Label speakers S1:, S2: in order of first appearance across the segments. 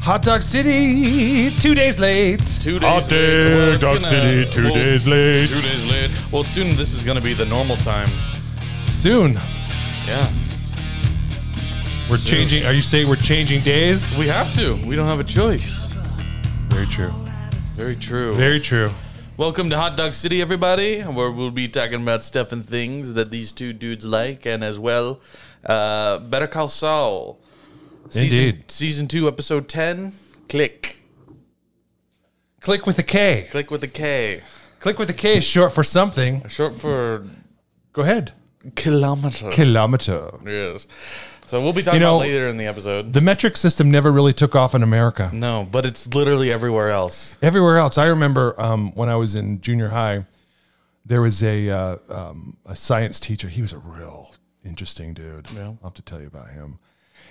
S1: Hot Dog City, two days late.
S2: Two days
S3: Hot
S2: late. Well,
S3: day,
S2: it's
S3: Dark
S2: gonna-
S3: City, two
S2: well,
S3: days late.
S2: Two days late. Well, soon this is going to be the normal time.
S1: Soon.
S2: Yeah.
S3: We're changing. Are you saying we're changing days?
S2: We have to. We don't have a choice.
S3: Very true.
S2: Very true.
S3: Very true.
S2: Welcome to Hot Dog City, everybody, where we'll be talking about stuff and things that these two dudes like, and as well, uh, Better Call Saul. Season,
S3: Indeed.
S2: Season 2, Episode 10. Click.
S1: Click with a K.
S2: Click with a K.
S1: Click with a K is short for something.
S2: Short for
S1: Go ahead.
S2: kilometer.
S1: Kilometer.
S2: yes. So we'll be talking
S1: You know-
S2: about later in the episode.
S1: The metric system never really took off in America.
S2: no, but it's literally everywhere else.
S1: everywhere else. I remember um, when I was in junior high, there was a uh, um, a science teacher. He was a real interesting dude. I'll have to tell you about him.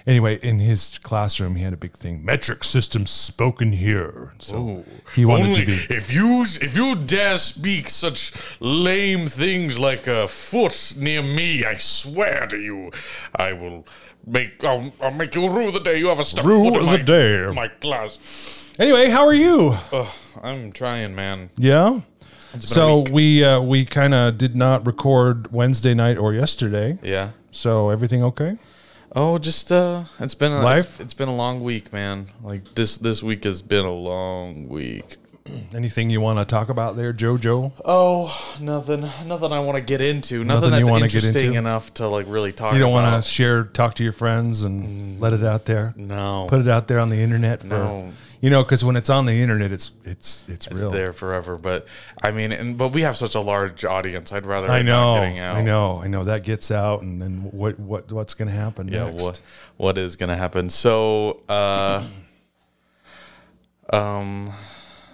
S1: Anyway, in his classroom, he had a big thing.
S3: Metric system spoken here. So
S1: He wanted
S2: Only
S1: to be.
S2: if you if you dare speak such lame things like a foot near me, I swear to you, I will make I'll, I'll make you rue the day you ever step
S3: Rue
S2: foot in
S3: the
S2: my,
S3: day.
S2: my class.
S1: Anyway, how are you?
S2: Ugh, I'm trying, man.
S1: Yeah. So we uh, we kind of did not record Wednesday night or yesterday.
S2: Yeah.
S1: So everything okay?
S2: Oh, just uh, it's been a,
S1: Life?
S2: It's, it's been a long week, man. Like this this week has been a long week.
S1: Anything you want to talk about there, Jojo?
S2: Oh, nothing, nothing I want to get into. Nothing,
S1: Nothing you
S2: that's
S1: wanna get
S2: interesting
S1: into?
S2: enough to like really talk.
S1: You don't want
S2: about.
S1: to share, talk to your friends, and let it out there.
S2: No.
S1: put it out there on the internet for
S2: No.
S1: you know because when it's on the internet it's it's it's,
S2: it's
S1: real
S2: there forever. But I mean, and but we have such a large audience. I'd rather
S1: i
S2: it not
S1: know
S2: getting out.
S1: i know i know that gets out and then what what what's gonna happen
S2: Yeah,
S1: next?
S2: what what is gonna happen? So, uh, um,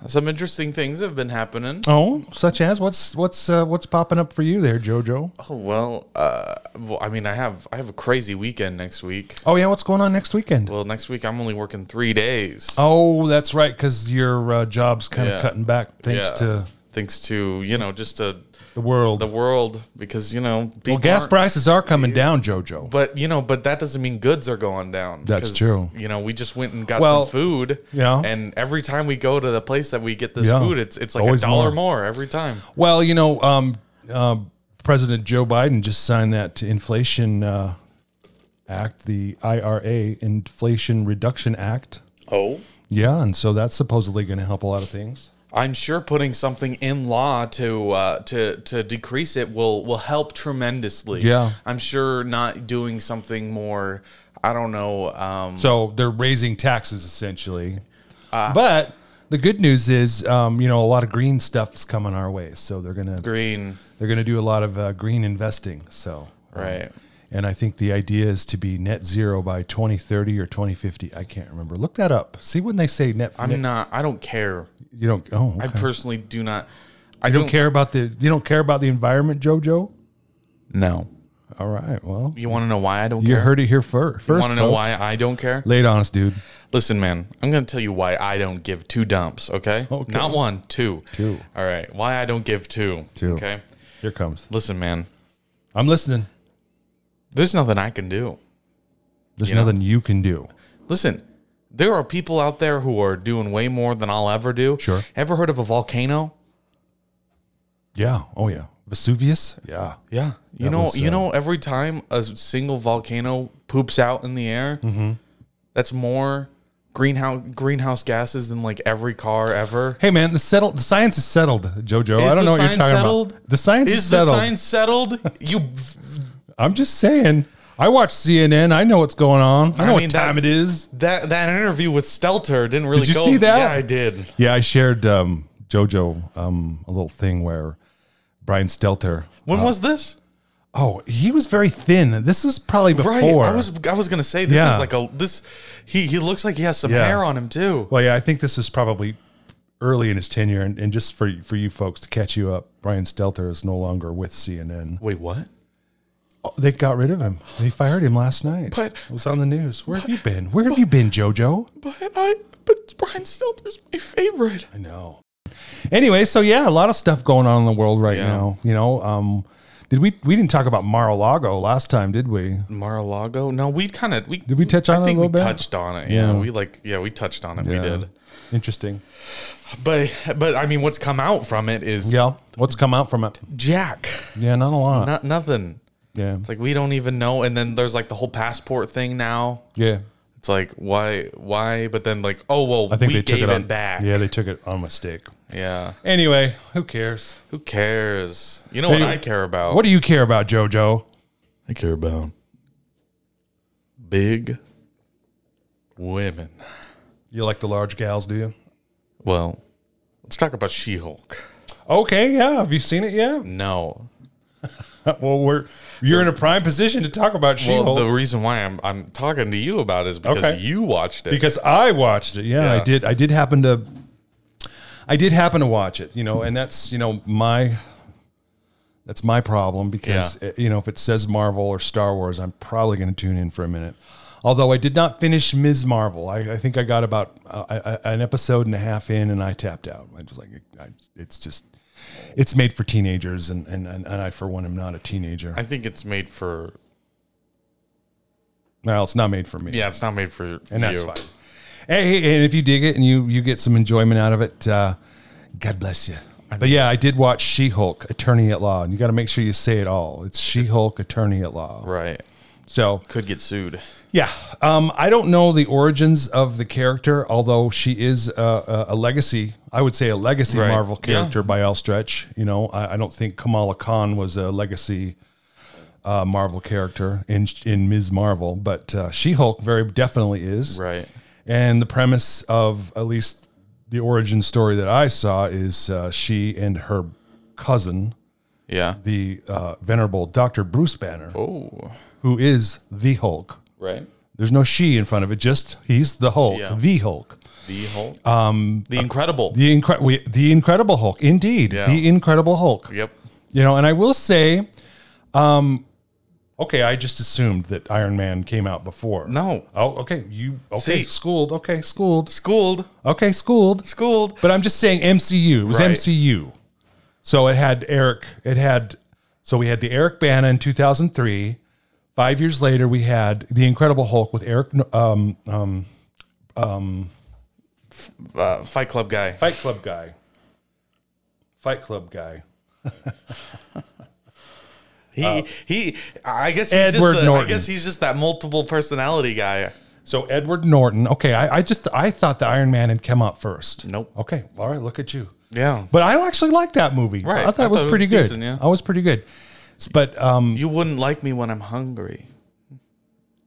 S2: some interesting things have been happening.
S1: oh such as what's what's uh, what's popping up for you there jojo
S2: Oh well, uh, well, I mean, I have I have a crazy weekend next week.
S1: oh yeah what's going on next weekend
S2: Well, next week I'm only working three days.
S1: oh that's right because your uh, job's kind of
S2: Yeah.
S1: cutting back thanks
S2: Yeah.
S1: to
S2: thanks to you know just to
S1: the world
S2: the world because you know
S1: well
S2: people
S1: gas
S2: aren't-
S1: prices are coming down jojo
S2: But you know, but that doesn't mean goods are going down.
S1: That's
S2: 'cause,
S1: true.
S2: You know, we just went and got
S1: Well,
S2: some food.
S1: yeah.
S2: And every time we go to the place that we get this
S1: Yeah.
S2: food, it's it's like
S1: Always
S2: a dollar
S1: more.
S2: more. every time.
S1: well you know um, uh, president joe biden just signed that inflation uh, act the ira inflation reduction act
S2: Oh.
S1: Yeah, and so that's supposedly going to help a lot of things.
S2: I'm sure putting something in law to uh, to to decrease it will will help tremendously.
S1: Yeah.
S2: I'm sure not doing something more. I don't know. Um,
S1: So they're raising taxes essentially. but the good news is, um, you know, a lot of green stuff's coming our way. So they're gonna
S2: green.
S1: they're gonna do a lot of uh, green investing. So um,
S2: Right.
S1: and I think the idea is to be net zero by 2030 or 2050. I can't remember. Look that up. See when they say net.
S2: I'm
S1: net-
S2: not. I don't care.
S1: you don't. Oh,
S2: I
S1: okay.
S2: personally do not. I
S1: you don't care about the you don't care about the environment, Jojo.
S2: No.
S1: All right. Well,
S2: You want to know why I don't
S1: you
S2: care?
S1: heard it here first. First,
S2: want to know
S1: folks.
S2: why I don't care?
S1: Lay it on us, dude.
S2: Listen, man, I'm going to tell you why I don't give two dumps, okay?
S1: Okay.
S2: Not one, two.
S1: Two.
S2: All right. Why I don't give two.
S1: Two.
S2: Okay.
S1: Here comes.
S2: Listen, man,
S1: I'm listening.
S2: there's nothing I can do.
S1: There's
S2: You know?
S1: nothing you can do.
S2: Listen, there are people out there who are doing way more than I'll ever do.
S1: Sure.
S2: Ever heard of a volcano?
S1: Yeah. Oh yeah. Vesuvius. Yeah.
S2: Yeah. You
S1: That
S2: know,
S1: was,
S2: you
S1: uh,
S2: know every time a single volcano poops out in the air,
S1: Mm-hmm.
S2: that's more greenhouse greenhouse gases than like every car ever.
S1: Hey man, the settled the science is settled, Jojo.
S2: Is
S1: I don't
S2: the
S1: know what you're
S2: science
S1: talking
S2: settled?
S1: about. The science is,
S2: Is the
S1: settled.
S2: science settled? You
S1: I'm just saying. I watch CNN. I know what's going on. I know
S2: mean,
S1: what
S2: that-
S1: time it is.
S2: That that interview with Stelter didn't really
S1: Did you
S2: go.
S1: see that?
S2: Yeah, I did.
S1: Yeah, I shared um, Jojo um, a little thing where Brian Stelter.
S2: When was this?
S1: Oh, he was very thin. This was probably before.
S2: Right. I was I was gonna say this
S1: Yeah.
S2: is like a this he he looks like he has some
S1: Yeah.
S2: hair on him too.
S1: Well, yeah, I think this is probably early in his tenure, and, and just for for you folks to catch you up, Brian Stelter is no longer with CNN.
S2: Wait, what?
S1: They got rid of him. They fired him last night.
S2: But-
S1: it was on the news. Where have you been? Where have you been, Jojo?
S2: But I but Brian Stelter's my favorite.
S1: I know. Anyway, so yeah, a lot of stuff going on in the world right now. You know, um, Did we? We didn't talk about Mar-a-Lago last time, did we?
S2: Mar-a-Lago. No, we kind of we
S1: Did we touch on it
S2: I
S1: a
S2: think
S1: little
S2: we
S1: bit?
S2: touched on it. Yeah.
S1: Yeah.
S2: we like yeah we touched on it.
S1: Yeah.
S2: We did.
S1: Interesting.
S2: But but I mean, what's come out from it is
S1: Yeah. What's come out from it?
S2: Jack.
S1: Yeah, not a lot.
S2: Not nothing.
S1: yeah.
S2: It's like we don't even know. And then there's like the whole passport thing now.
S1: yeah.
S2: It's like why why? But then like oh well,
S1: I think
S2: we
S1: they took
S2: gave
S1: it,
S2: it,
S1: on,
S2: back.
S1: Yeah, they took it on mistake.
S2: yeah.
S1: Anyway, who cares?
S2: Who cares? You know what
S1: Anyway,
S2: I care about.
S1: What do you care about, JoJo?
S2: I care about big women.
S1: You like the large gals, do you?
S2: Well, let's talk about She-Hulk.
S1: Okay, yeah. Have you seen it yet?
S2: No,
S1: well, we're you're in a prime position to talk about She-Hulk
S2: Well, the reason why I'm I'm talking to you about it is because
S1: Okay.
S2: you watched it.
S1: because I watched it. Yeah, I
S2: Yeah.
S1: did. I did happen to. I did happen to watch it, you know, and that's you know my. That's my problem because eh, you know if it says Marvel or Star Wars, I'm probably going to tune in for a minute. Although I did not finish Ms. Marvel, I, I think I got about uh, I, I, an episode and a half in, and I tapped out. I just like I, it's just it's made for teenagers, and, and and I for one am not a teenager.
S2: I think it's made for
S1: well, it's not made for me.
S2: yeah, it's not made for
S1: and that's
S2: you.
S1: fine. Hey, hey, and if you dig it and you you get some enjoyment out of it, uh, God bless you. But yeah, I did watch She-Hulk, Attorney at Law, and you got to make sure you say it all. It's She-Hulk, Attorney at Law.
S2: Right.
S1: So
S2: Could get sued.
S1: yeah, um, I don't know the origins of the character, although she is a, a, a legacy. I would say a legacy
S2: Right.
S1: Marvel
S2: Yeah.
S1: character by all stretch. You know, I, I don't think Kamala Khan was a legacy uh, Marvel character in in Ms. Marvel, but uh, She-Hulk very definitely is.
S2: Right.
S1: And the premise of at least the origin story that I saw is uh, she and her cousin,
S2: Yeah.
S1: the uh, venerable Dr. Bruce Banner,
S2: Oh.
S1: who is the Hulk.
S2: Right.
S1: There's no she in front of it, just he's the Hulk,
S2: Yeah.
S1: the Hulk.
S2: The Hulk. Um. The Incredible.
S1: The, incre- we, the Incredible Hulk, indeed.
S2: Yeah.
S1: The Incredible Hulk.
S2: yep.
S1: You know, and I will say, um, okay, I just assumed that Iron Man came out before.
S2: No.
S1: Oh, okay. You, okay,
S2: See-
S1: schooled. Okay, schooled.
S2: Schooled.
S1: Okay, schooled.
S2: Schooled.
S1: But I'm just saying MCU. It was
S2: Right.
S1: MCU. So it had Eric. It had so we had the Eric Bana in 2003. Five years later, we had the Incredible Hulk with Eric um, um,
S2: Uh, Fight Club guy.
S1: Fight Club guy. Fight Club guy.
S2: He he. I guess he's
S1: Edward
S2: just the,
S1: Norton.
S2: I guess he's just that multiple personality guy.
S1: So Edward Norton. Okay, I, I just I thought the Iron Man had come out first.
S2: Nope.
S1: Okay, all right. Look at you.
S2: Yeah.
S1: But I actually liked that movie.
S2: Right,
S1: I thought, it was pretty good.
S2: decent, yeah.
S1: I was pretty good. S- But um,
S2: You wouldn't like me when I'm hungry.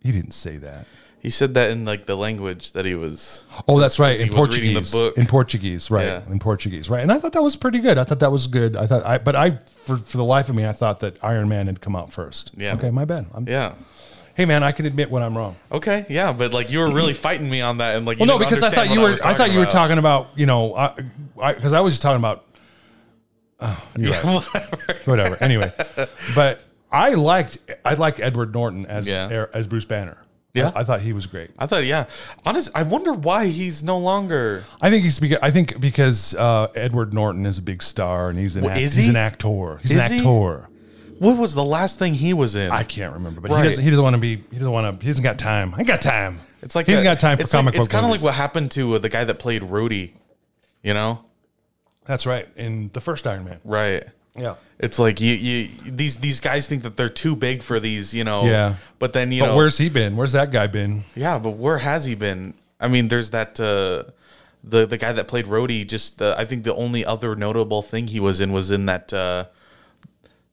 S1: he didn't say that.
S2: He said that in like the language that he was.
S1: Oh, that's right. In
S2: he was reading
S1: Portuguese,
S2: the book.
S1: in Portuguese, right?
S2: Yeah.
S1: In Portuguese, right? And I thought that was pretty good. I thought that was good. I thought, I but I for, for the life of me, I thought that Iron Man had come out first.
S2: Yeah.
S1: Okay, my bad. I'm,
S2: Yeah.
S1: Hey, man, I can admit when I'm wrong.
S2: Okay, yeah, but like you were really fighting me on that, and like you
S1: Well, no,
S2: didn't
S1: because I
S2: understand
S1: thought you
S2: what
S1: were.
S2: was
S1: I, thought you were talking about. You know, I because I, was just talking about. Oh, you're right. Whatever. Anyway, but I liked I liked Edward Norton as
S2: Yeah.
S1: er- as Bruce Banner.
S2: Yeah.
S1: I, I thought he was great.
S2: I thought, yeah, honest. I wonder why he's no longer.
S1: I think he's. beca- I think because uh, Edward Norton is a big star and he's an
S2: Well,
S1: act-
S2: is
S1: he's
S2: he?
S1: an actor. He's
S2: Is
S1: an
S2: he?
S1: actor.
S2: What was the last thing he was in?
S1: I can't remember, but
S2: Right.
S1: he doesn't. He doesn't want to be. He doesn't want to. He doesn't got time. I ain't got time.
S2: it's like
S1: he
S2: he's
S1: doesn't got time for
S2: it's
S1: comic
S2: Like,
S1: book.
S2: it's kind of like
S1: movies.
S2: what happened to uh, the guy that played Rudy. You know,
S1: That's right. In the first Iron Man.
S2: right?
S1: Yeah.
S2: It's like you, you these these guys think that they're too big for these. You know,
S1: Yeah.
S2: But then you
S1: But
S2: know,
S1: where's he been? Where's that guy been?
S2: yeah, but where has he been? I mean, there's that. Uh, the, the guy that played Rhodey, just uh, I think the only other notable thing he was in was in that uh,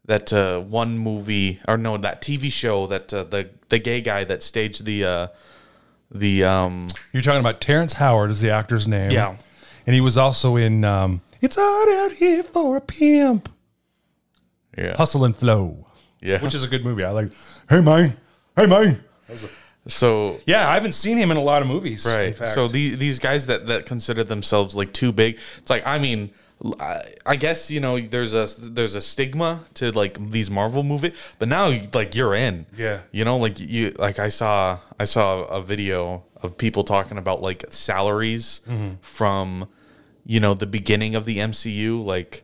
S2: that uh, one movie or no that TV show that uh, the the gay guy that staged the uh, the um
S1: You're talking about Terrence Howard is the actor's name.
S2: Yeah.
S1: And he was also in um, It's Hot Out Here for a Pimp.
S2: yeah
S1: Hustle and Flow.
S2: yeah
S1: Which is a good movie. I like Hey man. Hey man.
S2: so
S1: Yeah, I haven't seen him in a lot of movies. in
S2: right
S1: fact.
S2: so the, these guys that that consider themselves like too big it's like I mean l- I I guess you know there's a there's a stigma to like these Marvel movie, but now like you're in,
S1: Yeah.
S2: You know, like you like I saw I saw a video of people talking about like salaries from you know the beginning of the MCU, like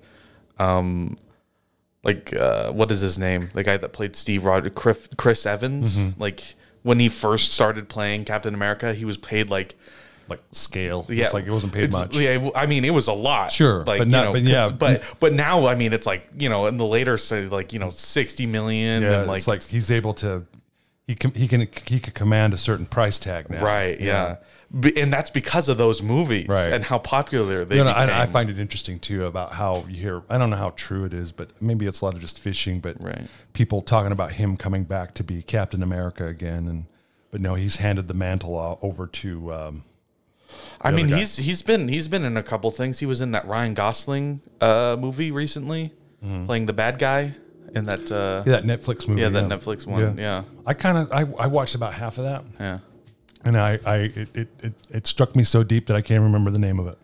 S2: um, like uh, what is his name? The guy that played Steve Rogers, Chris, Chris Evans. Like when he first started playing Captain America, he was paid like
S3: like scale.
S2: yeah,
S3: Yeah, like it wasn't paid
S2: it's-
S3: much.
S2: Yeah, w- I mean it was a lot.
S1: Sure,
S2: like
S1: but not- but yeah.
S2: 'cause- but but now I mean it's like you know in the later say like you know sixty million
S1: Yeah,
S2: and like,
S1: it's like he's able to he can he can he could command a certain price tag now.
S2: right yeah. Be- and that's because of those movies
S1: Right.
S2: and how popular they
S1: No, no,
S2: became.
S1: I, I find it interesting too about how you hear. I don't know how true it is, but maybe it's a lot of just fishing. But
S2: Right.
S1: people talking about him coming back to be Captain America again, and but no, he's handed the mantle o- over to. Um,
S2: I mean,
S1: guy.
S2: he's he's been he's been in a couple things. He was in that Ryan Gosling uh, movie recently,
S1: Mm-hmm.
S2: playing the bad guy in that. Uh, yeah.
S1: that Netflix movie.
S2: that Netflix one. Yeah.
S1: I kind of I, I watched about half of that,
S2: yeah,
S1: and I, I it, it, it, it struck me so deep that I can't remember the name of it.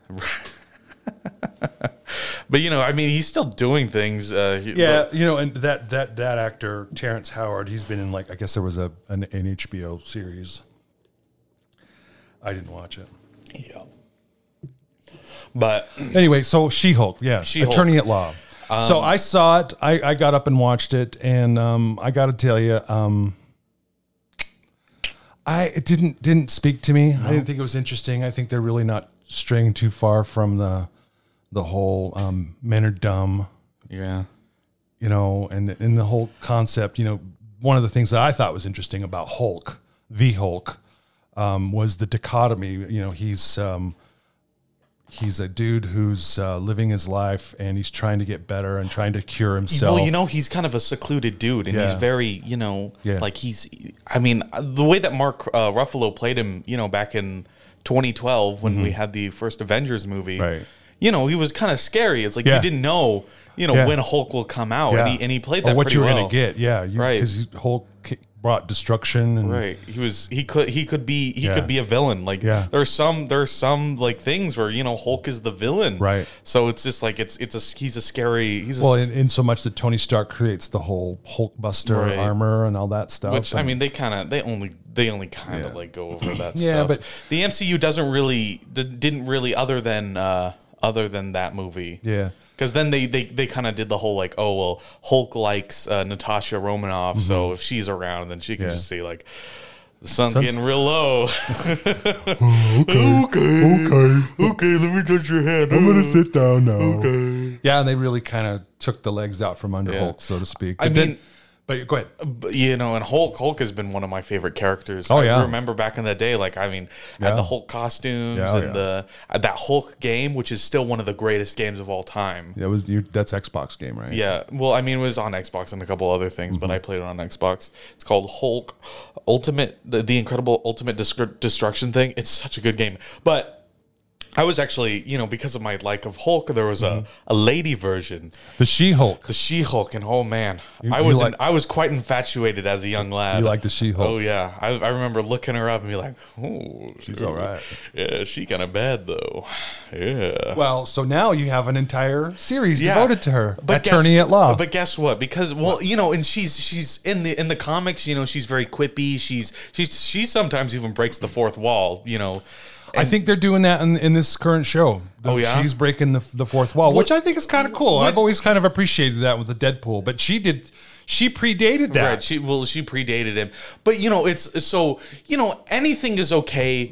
S2: But you know, I mean, he's still doing things. Uh, he-
S1: Yeah, you know, and that that that actor Terrence Howard, he's been in like I guess there was a an, an HBO series. I didn't watch it.
S2: but- yeah. But
S1: Anyway, so She Hulk, yeah,
S2: She-Hulk.
S1: attorney at law. so I saw it. I, I got up and watched it, and um, I got to tell you, um, I it didn't didn't speak to me. I didn't think it was interesting. I think they're really not straying too far from the the whole um, men are dumb
S2: yeah,
S1: you know, and and the whole concept, you know, one of the things that I thought was interesting about Hulk, the Hulk, um, was the dichotomy. You know, he's um, he's a dude who's uh, living his life and he's trying to get better and trying to cure himself.
S2: well, you know, he's kind of a secluded dude, and he's
S1: Yeah.
S2: very, you know,
S1: Yeah.
S2: like he's. I mean, the way that Mark uh, Ruffalo played him, you know, back in 2012 when we had the first Avengers movie,
S1: Mm-hmm. Right.
S2: You know, he was kind of scary. It's like
S1: Yeah.
S2: you didn't know, you know,
S1: Yeah.
S2: when Hulk will come out, and,
S1: Yeah.
S2: he, and he played
S1: Or
S2: that
S1: what
S2: pretty
S1: you were
S2: well.
S1: gonna get, yeah, you,
S2: Right.
S1: Because Hulk ki- brought destruction and
S2: Right. He was he could he could be he
S1: Yeah.
S2: could be a villain. Like
S1: Yeah.
S2: there's some there's some like things where you know Hulk is the villain.
S1: Right.
S2: So it's just like it's it's a he's a scary he's a,
S1: well, in, in so much that Tony Stark creates the whole Hulkbuster
S2: Right.
S1: armor and all that stuff.
S2: which I
S1: and-
S2: mean they kind of they only they only kind of like go over that
S1: Yeah,
S2: stuff.
S1: but-
S2: the MCU doesn't really d- didn't really other than uh other than that movie.
S1: yeah.
S2: Because then they, they, they kind of did the whole like, oh, well, Hulk likes uh, Natasha Romanoff, so if she's around, then she can
S1: Mm-hmm. Yeah.
S2: just see, like, the sun's,
S1: Sun's-
S2: getting real low. okay.
S1: Okay,
S2: Okay, let me touch your hand.
S1: sit down now. Yeah, and they really kind of took the legs out from under
S2: Yeah.
S1: Hulk, so to speak.
S2: I
S1: But then-
S2: mean- um,
S1: but go ahead.
S2: But, you know, and Hulk Hulk has been one of my favorite characters.
S1: Oh,
S2: I
S1: yeah.
S2: remember back in the day, like I mean,
S1: Yeah.
S2: had the Hulk costumes
S1: Yeah, oh,
S2: and
S1: yeah.
S2: the uh, that Hulk game, which is still one of the greatest games of all time.
S1: That was you, that's Xbox game, right?
S2: Yeah, well, I mean, it was on Xbox and a couple other things,
S1: Mm-hmm.
S2: but I played it on Xbox. It's called Hulk Ultimate, the, the Incredible Ultimate Descri- Destruction thing. It's such a good game. But I was actually, you know, because of my like of Hulk, there was
S1: Mm-hmm.
S2: a, a lady version,
S1: The She-Hulk.
S2: the She Hulk, and oh man, I
S1: you
S2: was
S1: like-
S2: in, I was quite infatuated as a young lad.
S1: you like the She-Hulk?
S2: Oh yeah, I, I remember looking her up and be like, oh, she's
S1: all right.
S2: Yeah, she kind of bad though. Yeah.
S1: Well, so now you have an entire series
S2: Yeah.
S1: devoted to her,
S2: But
S1: attorney
S2: guess-
S1: at law.
S2: But guess what? Because well, you know, and she's she's in the in the comics. You know, she's very quippy. She's she's she sometimes even breaks the fourth wall. You know,
S1: I think they're doing that in, in this current show.
S2: Oh, yeah?
S1: she's breaking the, the fourth wall, which I think is kind of cool.
S2: which-
S1: I've always kind of appreciated that with the Deadpool, but she did she predated that.
S2: Right. She well, she predated him, but you know, it's so you know, anything is okay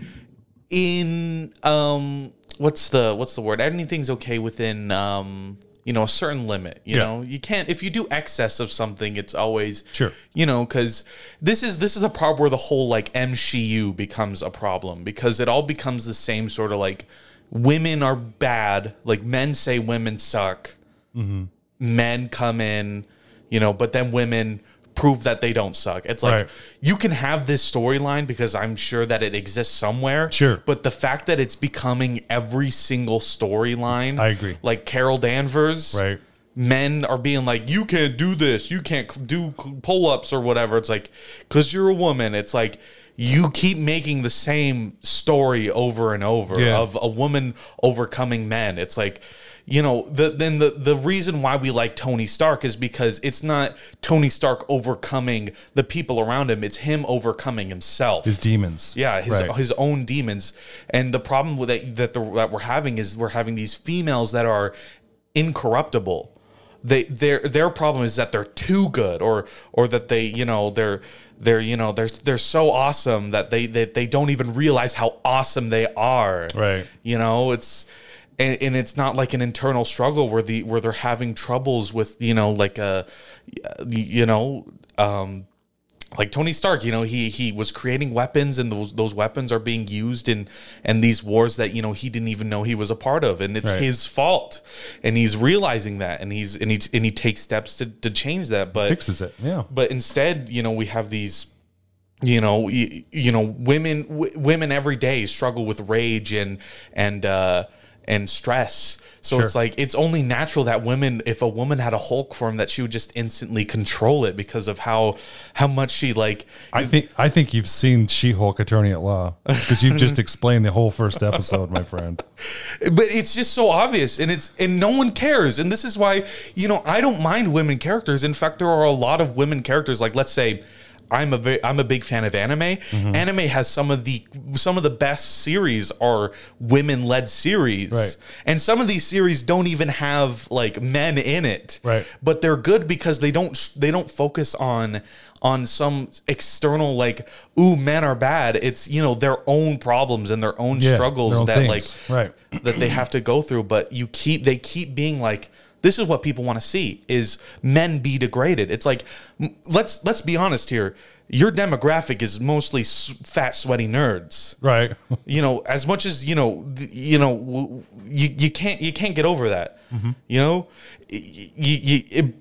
S2: in um, what's the what's the word? Anything's okay within um, you know, a certain limit. You
S1: Yeah.
S2: know, you can't if you do excess of something, it's always
S1: Sure.
S2: You know, because this is this is a problem where the whole like MCU becomes a problem because it all becomes the same sort of like women are bad, like men say women suck men come in, you know, but then women prove that they don't suck. It's like
S1: Right.
S2: you can have this storyline because I'm sure that it exists somewhere.
S1: Sure.
S2: But the fact that it's becoming every single storyline.
S1: I agree.
S2: Like Carol Danvers.
S1: Right.
S2: Men are being like, you can't do this. You can't cl- do pull ups or whatever. It's like, because you're a woman. It's like, you keep making the same story over and over
S1: Yeah.
S2: of a woman overcoming men. It's like, you know, the then the the reason why we like Tony Stark is because it's not Tony Stark overcoming the people around him; it's him overcoming himself.
S1: His demons.
S2: yeah, his,
S1: Right.
S2: his own demons, and the problem with that that, the, that we're having is we're having these females that are incorruptible. they their their problem is that they're too good or or that they you know they're they're you know they're they're so awesome that they they, they don't even realize how awesome they are
S1: Right.
S2: you know it's and, and it's not like an internal struggle where the where they're having troubles with you know like a you know um like Tony Stark, you know, he he was creating weapons, and those those weapons are being used in and these wars that you know he didn't even know he was a part of, and it's
S1: Right.
S2: his fault, and he's realizing that, and he's and he and he takes steps to to change that, but
S1: Fixes it. Yeah.
S2: but instead, you know, we have these, you know, you, you know, women w- women every day struggle with rage and and uh, and stress. So it's like it's only natural that women, if a woman had a Hulk form, that she would just instantly control it because of how how much she like.
S1: I think I think you've seen She-Hulk Attorney at Law because you've just explained the whole first episode, my friend.
S2: But it's just so obvious, and it's and no one cares. And this is why you know I don't mind women characters. In fact, there are a lot of women characters. Like let's say. I'm a ve- I'm a big fan of anime.
S1: Mm-hmm.
S2: Anime has some of the some of the best series are women led series,
S1: Right.
S2: and some of these series don't even have like men in it,
S1: Right.
S2: But they're good because they don't they don't focus on on some external like ooh men are bad. It's you know their own problems and their own
S1: Yeah,
S2: struggles
S1: their own
S2: that
S1: things.
S2: like
S1: Right.
S2: that they have to go through but you keep they keep being like this is what people want to see is men be degraded it's like m- let's let's be honest here your demographic is mostly s- fat sweaty nerds
S1: Right.
S2: you know as much as you know th- you know w- you, you can't you can't get over that you know you, you, it,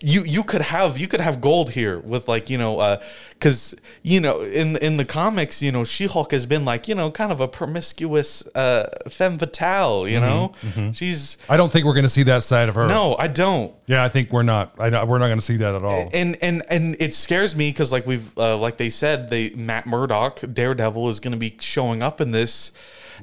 S2: you you could have you could have gold here with like you know because you know in in the comics you know She Hulk has been like you know kind of a promiscuous uh, femme fatale you know she's
S1: I don't think we're going to see that side of her.
S2: no I don't
S1: Yeah, I think we're not. I, don't- we're not going to see that at all.
S2: and and and it scares me because like we've uh, like they said they Matt Murdock Daredevil is going to be showing up in this.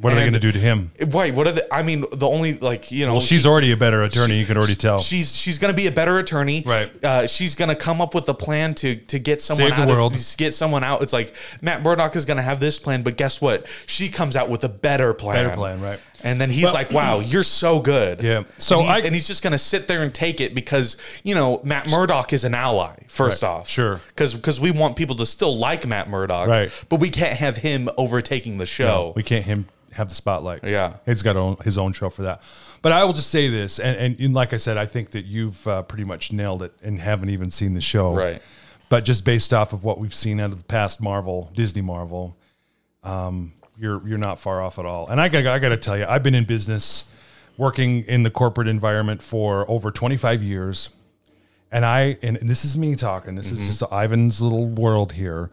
S1: what are they
S2: and-
S1: going to do to him?
S2: Right. What are the? I mean, the only like you know.
S1: Well, she's already a better attorney. You can already tell.
S2: She's she's gonna be a better attorney,
S1: Right.
S2: Uh, she's gonna come up with a plan to to get someone
S1: Save the
S2: out
S1: world.
S2: Of, get someone out. It's like Matt Murdock is gonna have this plan, but guess what? She comes out with a better plan.
S1: Better plan, right.
S2: And then he's like, "Wow, you're so good."
S1: Yeah. So
S2: and he's,
S1: I-
S2: and he's just gonna sit there and take it because you know Matt Murdock is an ally. First
S1: Right.
S2: off,
S1: Sure.
S2: because we want people to still like Matt Murdock,
S1: Right.
S2: But we can't have him overtaking the show.
S1: we can't him have the spotlight.
S2: Oh. Yeah.
S1: he's got own, his own show for that. But I will just say this, and and, and like I said, I think that you've uh, pretty much nailed it, and haven't even seen the show,
S2: Right.
S1: But just based off of what we've seen out of the past Marvel, Disney Marvel, um, you're you're not far off at all. And I got I got to tell you, I've been in business, working in the corporate environment for over 25 years and I and and this is me talking. This
S2: Mm-hmm.
S1: is just Ivan's little world here.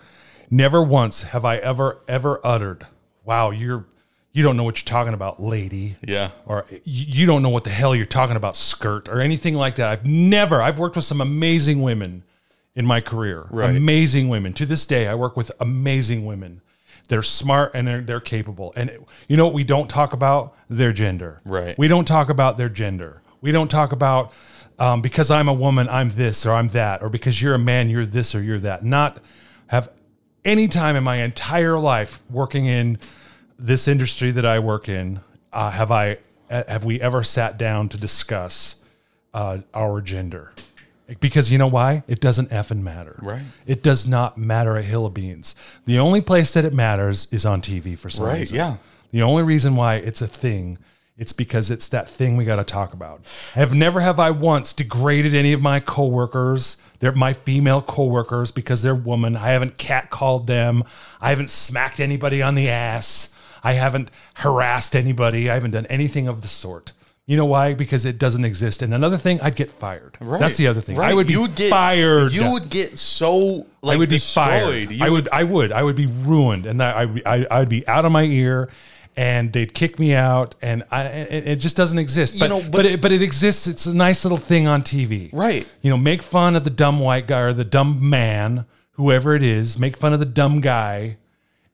S1: Never once have I ever ever uttered, "Wow, you're you don't know what you're talking about, lady."
S2: Yeah.
S1: Or "You- you don't know what the hell you're talking about, skirt, or anything like that. I've never. I've worked with some amazing women in my career.
S2: Right.
S1: Amazing women. To this day, I work with amazing women. They're smart and they're, they're capable. And you know what we don't talk about? Their gender.
S2: Right.
S1: We don't talk about their gender. We don't talk about um, because I'm a woman, I'm this or I'm that, or because you're a man, you're this or you're that. Not have any time in my entire life working in this industry that I work in, uh, have I uh, have we ever sat down to discuss uh, our gender? Because you know why? It doesn't effing matter.
S2: Right.
S1: It does not matter a hill of beans. The only place that it matters is on TV for some
S2: Right,
S1: reason.
S2: yeah.
S1: The only reason why it's a thing, it's because it's that thing we got to talk about. Have never have I once degraded any of my coworkers. They're my female coworkers because they're woman. I haven't catcalled them. I haven't smacked anybody on the ass. I haven't harassed anybody. I haven't done anything of the sort. You know why? Because it doesn't exist. And another thing, I'd get fired.
S2: Right.
S1: That's the other thing. I
S2: Right.
S1: would be
S2: You would get,
S1: fired.
S2: You would get so like
S1: I would be
S2: destroyed.
S1: fired.
S2: You
S1: I would, I would, I would be ruined, and I, I, I, I'd be out of my ear, and they'd kick me out, and I, it, it just doesn't exist. But,
S2: know,
S1: but,
S2: but-
S1: it, but it exists. It's a nice little thing on TV,
S2: Right.
S1: You know, make fun of the dumb white guy or the dumb man, whoever it is. Make fun of the dumb guy,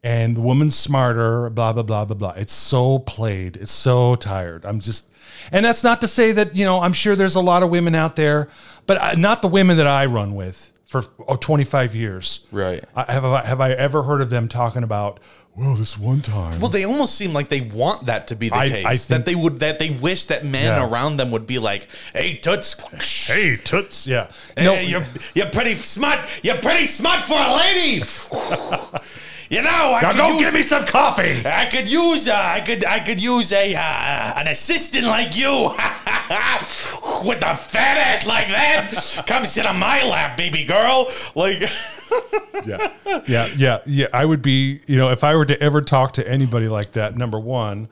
S1: and the woman's smarter. Blah blah blah blah blah. It's so played. It's so tired. I'm just. And that's not to say that, you know, I'm sure there's a lot of women out there, but I, not the women that I run with for oh, 25 years.
S2: Right.
S1: I, have I have I ever heard of them talking about? well, this one time.
S2: Well, they almost seem like they want that to be the
S1: I-
S2: case.
S1: I think-
S2: that they would, that they wish that men
S1: Yeah.
S2: around them would be like, "Hey, toots,
S1: hey, toots. Yeah.
S2: no, you're you're pretty smart. You're pretty smart for a lady. you know, I
S1: Now
S2: could
S1: go
S2: use,
S1: get me some coffee.
S2: I could use, uh, I could, I could use a uh, an assistant like you, with a fat ass like that. Come sit on my lap, baby girl. Like,
S1: yeah, yeah, yeah, yeah. I would be, you know, if I were to ever talk to anybody like that, number one,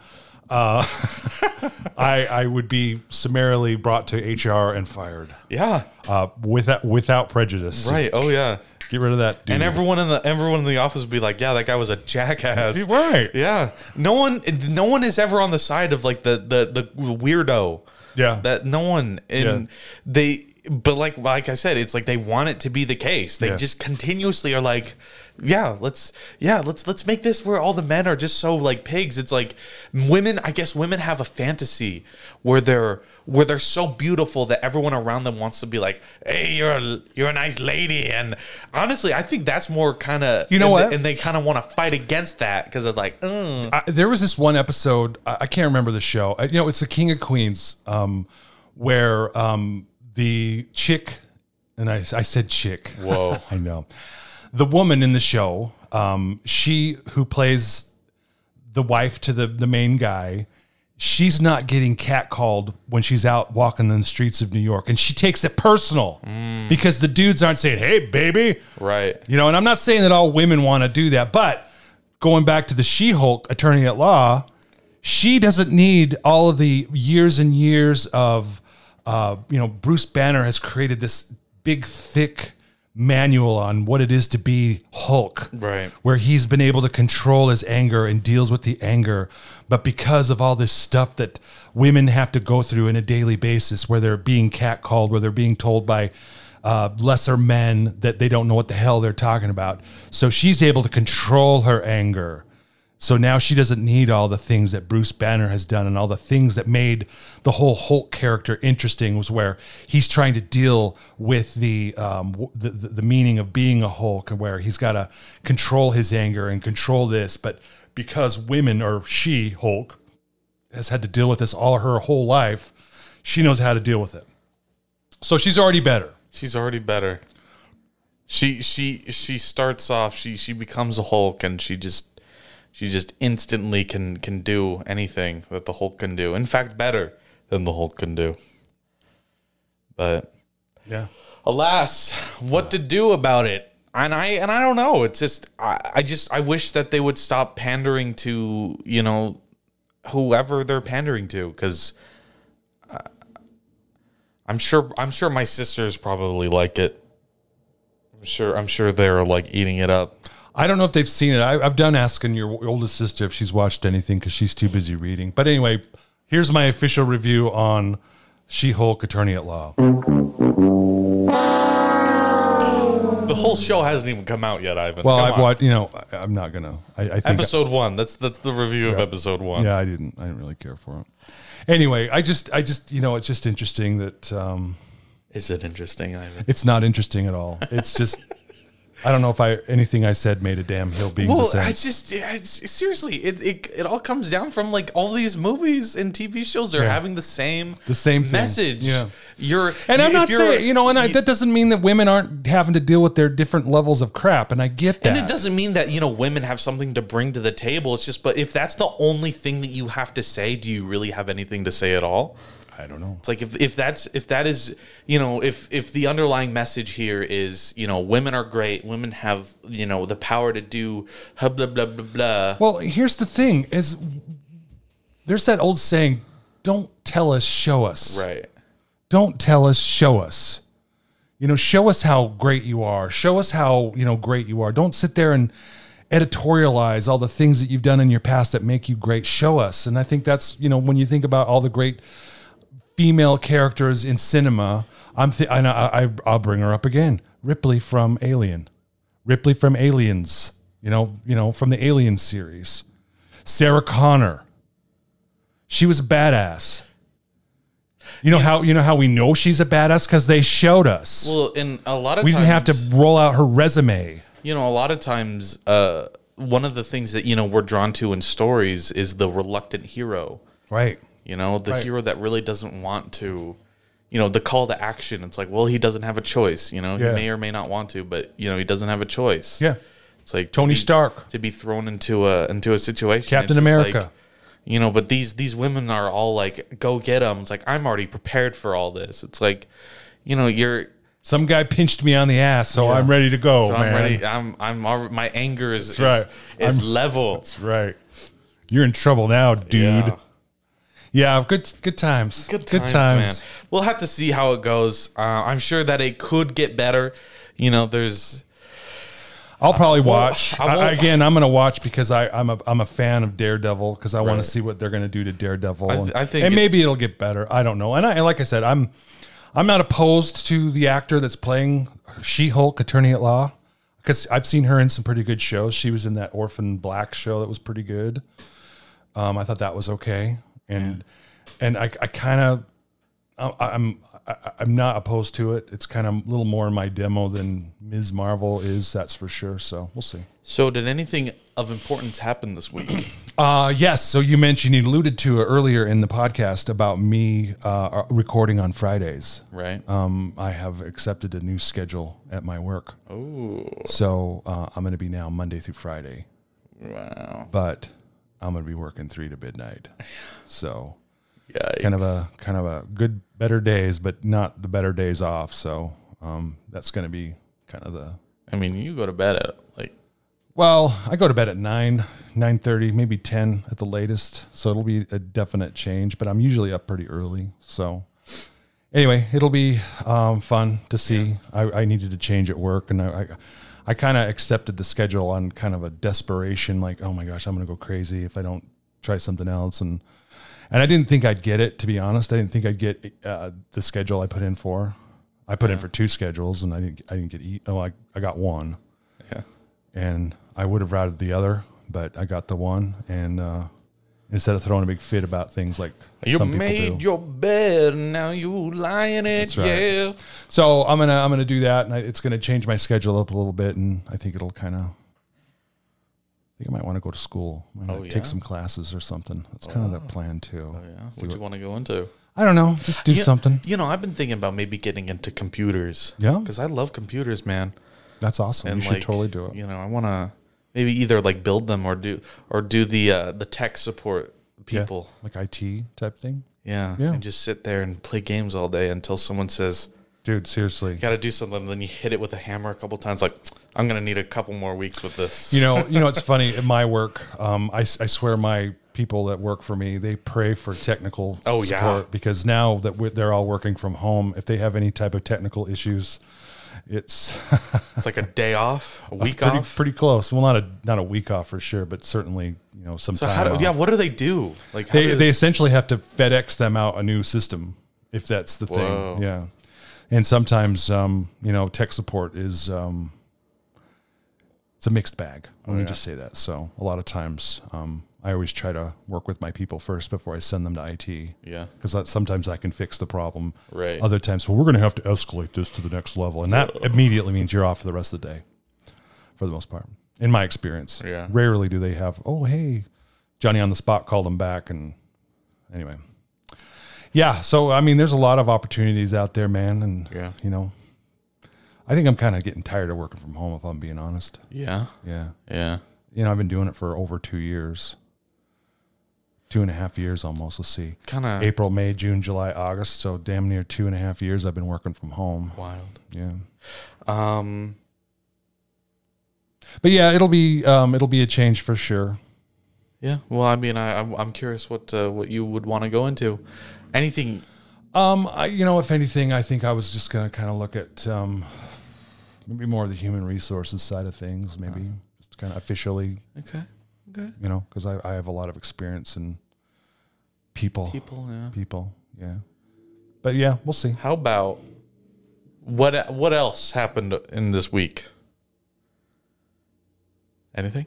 S1: uh, I I would be summarily brought to HR and fired
S2: yeah,
S1: uh, without without prejudice.
S2: right. Oh yeah.
S1: Just get rid of that dude.
S2: And everyone in the everyone in the office would be like, "Yeah, that guy was a jackass."
S1: You're right.
S2: Yeah. No one no one is ever on the side of like the the the weirdo.
S1: Yeah.
S2: That no one and
S1: Yeah.
S2: they but like like I said, it's like they want it to be the case. They
S1: Yeah.
S2: just continuously are like, yeah, let's yeah, let's let's make this where all the men are just so like pigs. It's like women, I guess women have a fantasy where they're where they're so beautiful that everyone around them wants to be like, "Hey, you're a, you're a nice lady." And honestly, I think that's more kind of
S1: You know
S2: and
S1: what?
S2: and they kind of want to fight against that because it's like, mm,
S1: I, there was this one episode I, I can't remember the show. I, you know, it's the King of Queens, um, where um, the chick and I, I said chick.
S2: Whoa.
S1: I know the woman in the show. Um, she who plays the wife to the the main guy. She's not getting catcalled when she's out walking in the streets of New York, and she takes it personal because the dudes aren't saying, "Hey, baby,
S2: right,
S1: you know, and I'm not saying that all women want to do that, but going back to the She Hulk attorney at law, she doesn't need all of the years and years of, uh, you know, Bruce Banner has created this big, thick manual on what it is to be Hulk.
S2: Right.
S1: Where he's been able to control his anger and deals with the anger. But because of all this stuff that women have to go through in a daily basis, where they're being catcalled, where they're being told by uh, lesser men that they don't know what the hell they're talking about. So she's able to control her anger. So now she doesn't need all the things that Bruce Banner has done and all the things that made the whole Hulk character interesting was where he's trying to deal with the um, w- the, the the meaning of being a Hulk and where he's got to control his anger and control this. But because women or she Hulk has had to deal with this all her whole life, she knows how to deal with it. So she's already better.
S2: she's already better. She she she starts off. She she becomes a Hulk, and she just she just instantly can can do anything that the Hulk can do. In fact, better than the Hulk can do. But
S1: Yeah.
S2: alas, what to do about it? And I and I don't know. It's just I, I just I wish that they would stop pandering to you know whoever they're pandering to because I'm sure I'm sure my sisters probably like it. I'm sure I'm sure they're like eating it up.
S1: I don't know if they've seen it. I, I've done asking your oldest sister if she's watched anything because she's too busy reading. But anyway, here's my official review on She Hulk Attorney at Law.
S2: Mm, The whole show hasn't even come out yet, Ivan.
S1: Well,
S2: Come
S1: I've
S2: on.
S1: watched, you know, I, I'm not going to. I, I think.
S2: episode one. That's that's the review of episode one.
S1: yeah, I didn't. I didn't really care for it. Anyway, I just, I just, you know, it's just interesting that um,
S2: Is it interesting, Ivan?
S1: it's not interesting at all. It's just, I don't know if I anything I said made a damn hill being
S2: Well, I
S1: sense.
S2: just yeah, it's- seriously, it, it it all comes down from like all these movies and TV shows are
S1: Yeah.
S2: having the same
S1: The same thing.
S2: message.
S1: Yeah.
S2: You're
S1: And I'm
S2: if
S1: not
S2: you're-
S1: saying, you know, and I,
S2: you-
S1: that doesn't mean that women aren't having to deal with their different levels of crap. And I get that.
S2: and it doesn't mean that you know women have something to bring to the table. It's just, but if that's the only thing that you have to say, do you really have anything to say at all?
S1: I don't know.
S2: It's like if, if that's if that is you know if if the underlying message here is you know women are great, women have you know the power to do blah blah blah blah blah.
S1: Well, here's the thing: is there's that old saying, "Don't tell us, show us."
S2: Right.
S1: Don't tell us, show us. You know, show us how great you are. Show us how you know great you are. Don't sit there and editorialize all the things that you've done in your past that make you great. Show us. And I think that's you know when you think about all the great female characters in cinema, I'm th- and I, I I'll bring her up again. Ripley from Alien. Ripley from Aliens, you know, you know, from the Alien series. Sarah Connor. She was a badass. You know how you know how we know she's a badass because they showed us.
S2: Well, and a lot of
S1: we
S2: times,
S1: didn't have to roll out her resume.
S2: you know, a lot of times, uh, one of the things that you know we're drawn to in stories is the reluctant hero.
S1: Right.
S2: You know, the
S1: Right.
S2: hero that really doesn't want to, you know, the call to action. It's like, well, he doesn't have a choice. You know,
S1: Yeah.
S2: he may or may not want to, but you know, he doesn't have a choice.
S1: Yeah.
S2: it's like to
S1: Tony
S2: be-
S1: Stark.
S2: to be thrown into a into a situation.
S1: Captain
S2: It's just
S1: America.
S2: like, you know, but these these women are all like, go get him. It's like I'm already prepared for all this. It's like, you know, you're.
S1: Some guy pinched me on the ass, so I'm ready to go,
S2: So
S1: Oh, man.
S2: I'm ready. I'm. I'm. Already, my anger is is,
S1: right.
S2: is
S1: I'm-
S2: level.
S1: Right. You're in trouble now, dude.
S2: Yeah.
S1: Yeah, good good times.
S2: Good times, man. We'll have to see how it goes. Uh, I'm sure that it could get better. You know, there's
S1: I'll probably watch.
S2: I
S1: I- I-
S2: won't-
S1: again, I'm going to watch because I, I'm a I'm a fan of Daredevil because I want
S2: Right.
S1: to see what they're going to do to Daredevil.
S2: th-
S1: and,
S2: I think
S1: and
S2: it-
S1: maybe it'll get better. I don't know. And I and like I said, I'm I'm not opposed to the actor that's playing She-Hulk, Attorney at Law, because I've seen her in some pretty good shows. She was in that Orphan Black show that was pretty good. Um, I thought that was okay, and and I I kind of I- I'm I- I'm not opposed to it. It's kind of a little more in my demo than Ms. Marvel is, that's for sure. So we'll see.
S2: so did anything of importance happen this week?
S1: Uh, yes. So you mentioned you alluded to it earlier in the podcast about me uh, recording on Fridays.
S2: right.
S1: Um, I have accepted a new schedule at my work. Oh. So uh, I'm going to be now Monday through Friday,
S2: wow.
S1: but I'm going to be working three to midnight. So
S2: Yeah.
S1: kind of a kind of a good better days, but not the better days off. So um, that's going to be kind of the
S2: I mean, you go to bed at like
S1: well. I go to bed at nine nine thirty, maybe ten at the latest. So it'll be a definite change, but I'm usually up pretty early. So anyway, it'll be um, fun to see. I, I needed to change at work, and I. I I kind of accepted the schedule on kind of a desperation, like, oh my gosh, I'm going to go crazy if I don't try something else. And and I didn't think I'd get it. To be honest, I didn't think I'd get uh, the schedule I put in for. I put in for two schedules, and I didn't. I didn't get. E- oh, I I got one.
S2: Yeah.
S1: And I would have routed the other, but I got the one, and uh, instead of throwing a big fit about things like
S2: you
S1: some people
S2: made
S1: do.
S2: your bed, now you lie in it.
S1: right.
S2: Yeah.
S1: so I'm gonna I'm gonna do that, and I, it's gonna change my schedule up a little bit, and I think it'll kind of. I think I might want to go to school. I might
S2: Oh,
S1: take
S2: yeah? Oh.
S1: some classes or something. That's kind of the plan too.
S2: Yeah. What do you want to go into?
S1: I don't know. Just do
S2: Yeah,
S1: something.
S2: You know, I've been thinking about maybe getting into computers.
S1: Yeah.
S2: Because I love computers, man.
S1: That's awesome. you should totally do it.
S2: You know, I want to maybe either like build them or do or do the uh, the tech support
S1: Yeah,
S2: people.
S1: like IT type thing.
S2: Yeah.
S1: Yeah.
S2: And just sit there and play games all day until someone says,
S1: Dude, seriously.
S2: "You got to do something." And then you hit it with a hammer a couple times. Like, I'm gonna need a couple more weeks with this.
S1: You know, you know, it's funny at my work. Um, I, s- I swear, my people that work for me, they pray for technical
S2: Oh, yeah.
S1: support because now that we're, they're all working from home, if they have any type of technical issues, it's
S2: it's like a day off, a week
S1: pretty
S2: off.
S1: pretty close. Well, not a not a week off for sure, but certainly you know some
S2: so
S1: time.
S2: how do,
S1: off.
S2: yeah, what do they do? Like, how
S1: they
S2: do
S1: they essentially have to FedEx them out a new system if that's the
S2: Whoa.
S1: thing. Yeah, and sometimes um, you know tech support is um, it's a mixed bag. Let
S2: Oh,
S1: me just say that. So a lot of times um, I always try to work with my people first before I send them to IT.
S2: Yeah.
S1: because sometimes I can fix the problem.
S2: Right.
S1: Other times, well, we're going to have to escalate this to the next level, and that immediately means you're off for the rest of the day, for the most part. In my experience,
S2: Yeah.
S1: rarely do they have. Oh, hey, Johnny on the spot called them back, and anyway, yeah. So I mean, there's a lot of opportunities out there, man, and
S2: Yeah.
S1: you know, I think I'm kind of getting tired of working from home, if I'm being honest.
S2: yeah,
S1: Yeah,
S2: yeah.
S1: you know, I've been doing it for over two years, two and a half years almost. Let's see.
S2: Kind of
S1: April, May, June, July, August. So damn near two and a half years I've been working from home.
S2: wild.
S1: Yeah.
S2: Um,
S1: But yeah, it'll be um, it'll be a change for sure.
S2: Yeah, well, I mean, I, I'm I'm curious what uh, what you would want to go into, anything.
S1: Um, I, you know, if anything, I think I was just gonna kind of look at um, maybe more of the human resources side of things, maybe just kind of officially,
S2: Okay, okay.
S1: you know, because I, I have a lot of experience in people, people,
S2: People, yeah.
S1: yeah. But yeah, we'll see.
S2: How about what what else happened in this week? Anything?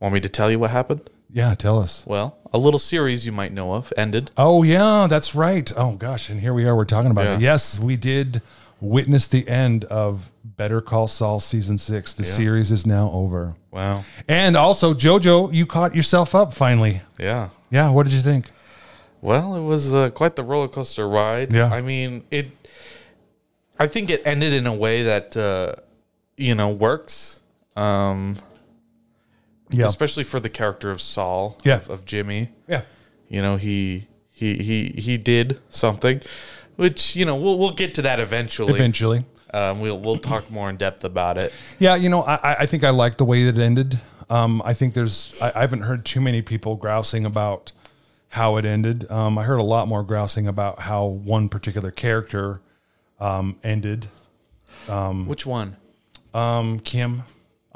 S2: Want me to tell you what happened?
S1: Yeah, tell us.
S2: Well, a little series you might know of ended.
S1: Oh yeah, that's right. Oh gosh, and here we are. We're talking about
S2: Yeah.
S1: it. Yes, we did witnessed the end of Better Call Saul season six. The series is now over.
S2: Wow.
S1: And also, JoJo, you caught yourself up finally.
S2: Yeah.
S1: Yeah, what did you think?
S2: Well, it was uh, quite the roller coaster ride.
S1: Yeah.
S2: I mean, it. I think it ended in a way that, uh, you know, works. Um,
S1: Yeah.
S2: Especially for the character of Saul.
S1: Yeah.
S2: Of, of Jimmy.
S1: Yeah.
S2: You know, he he he he did something, which you know we'll we'll get to that eventually.
S1: Eventually.
S2: Um, we'll we'll talk more in depth about it.
S1: Yeah, you know, I, I- I think I like the way that it ended. Um, I think there's, I, I haven't heard too many people grousing about how it ended. Um, I heard a lot more grousing about how one particular character um, ended.
S2: Which one?
S1: Um, Kim,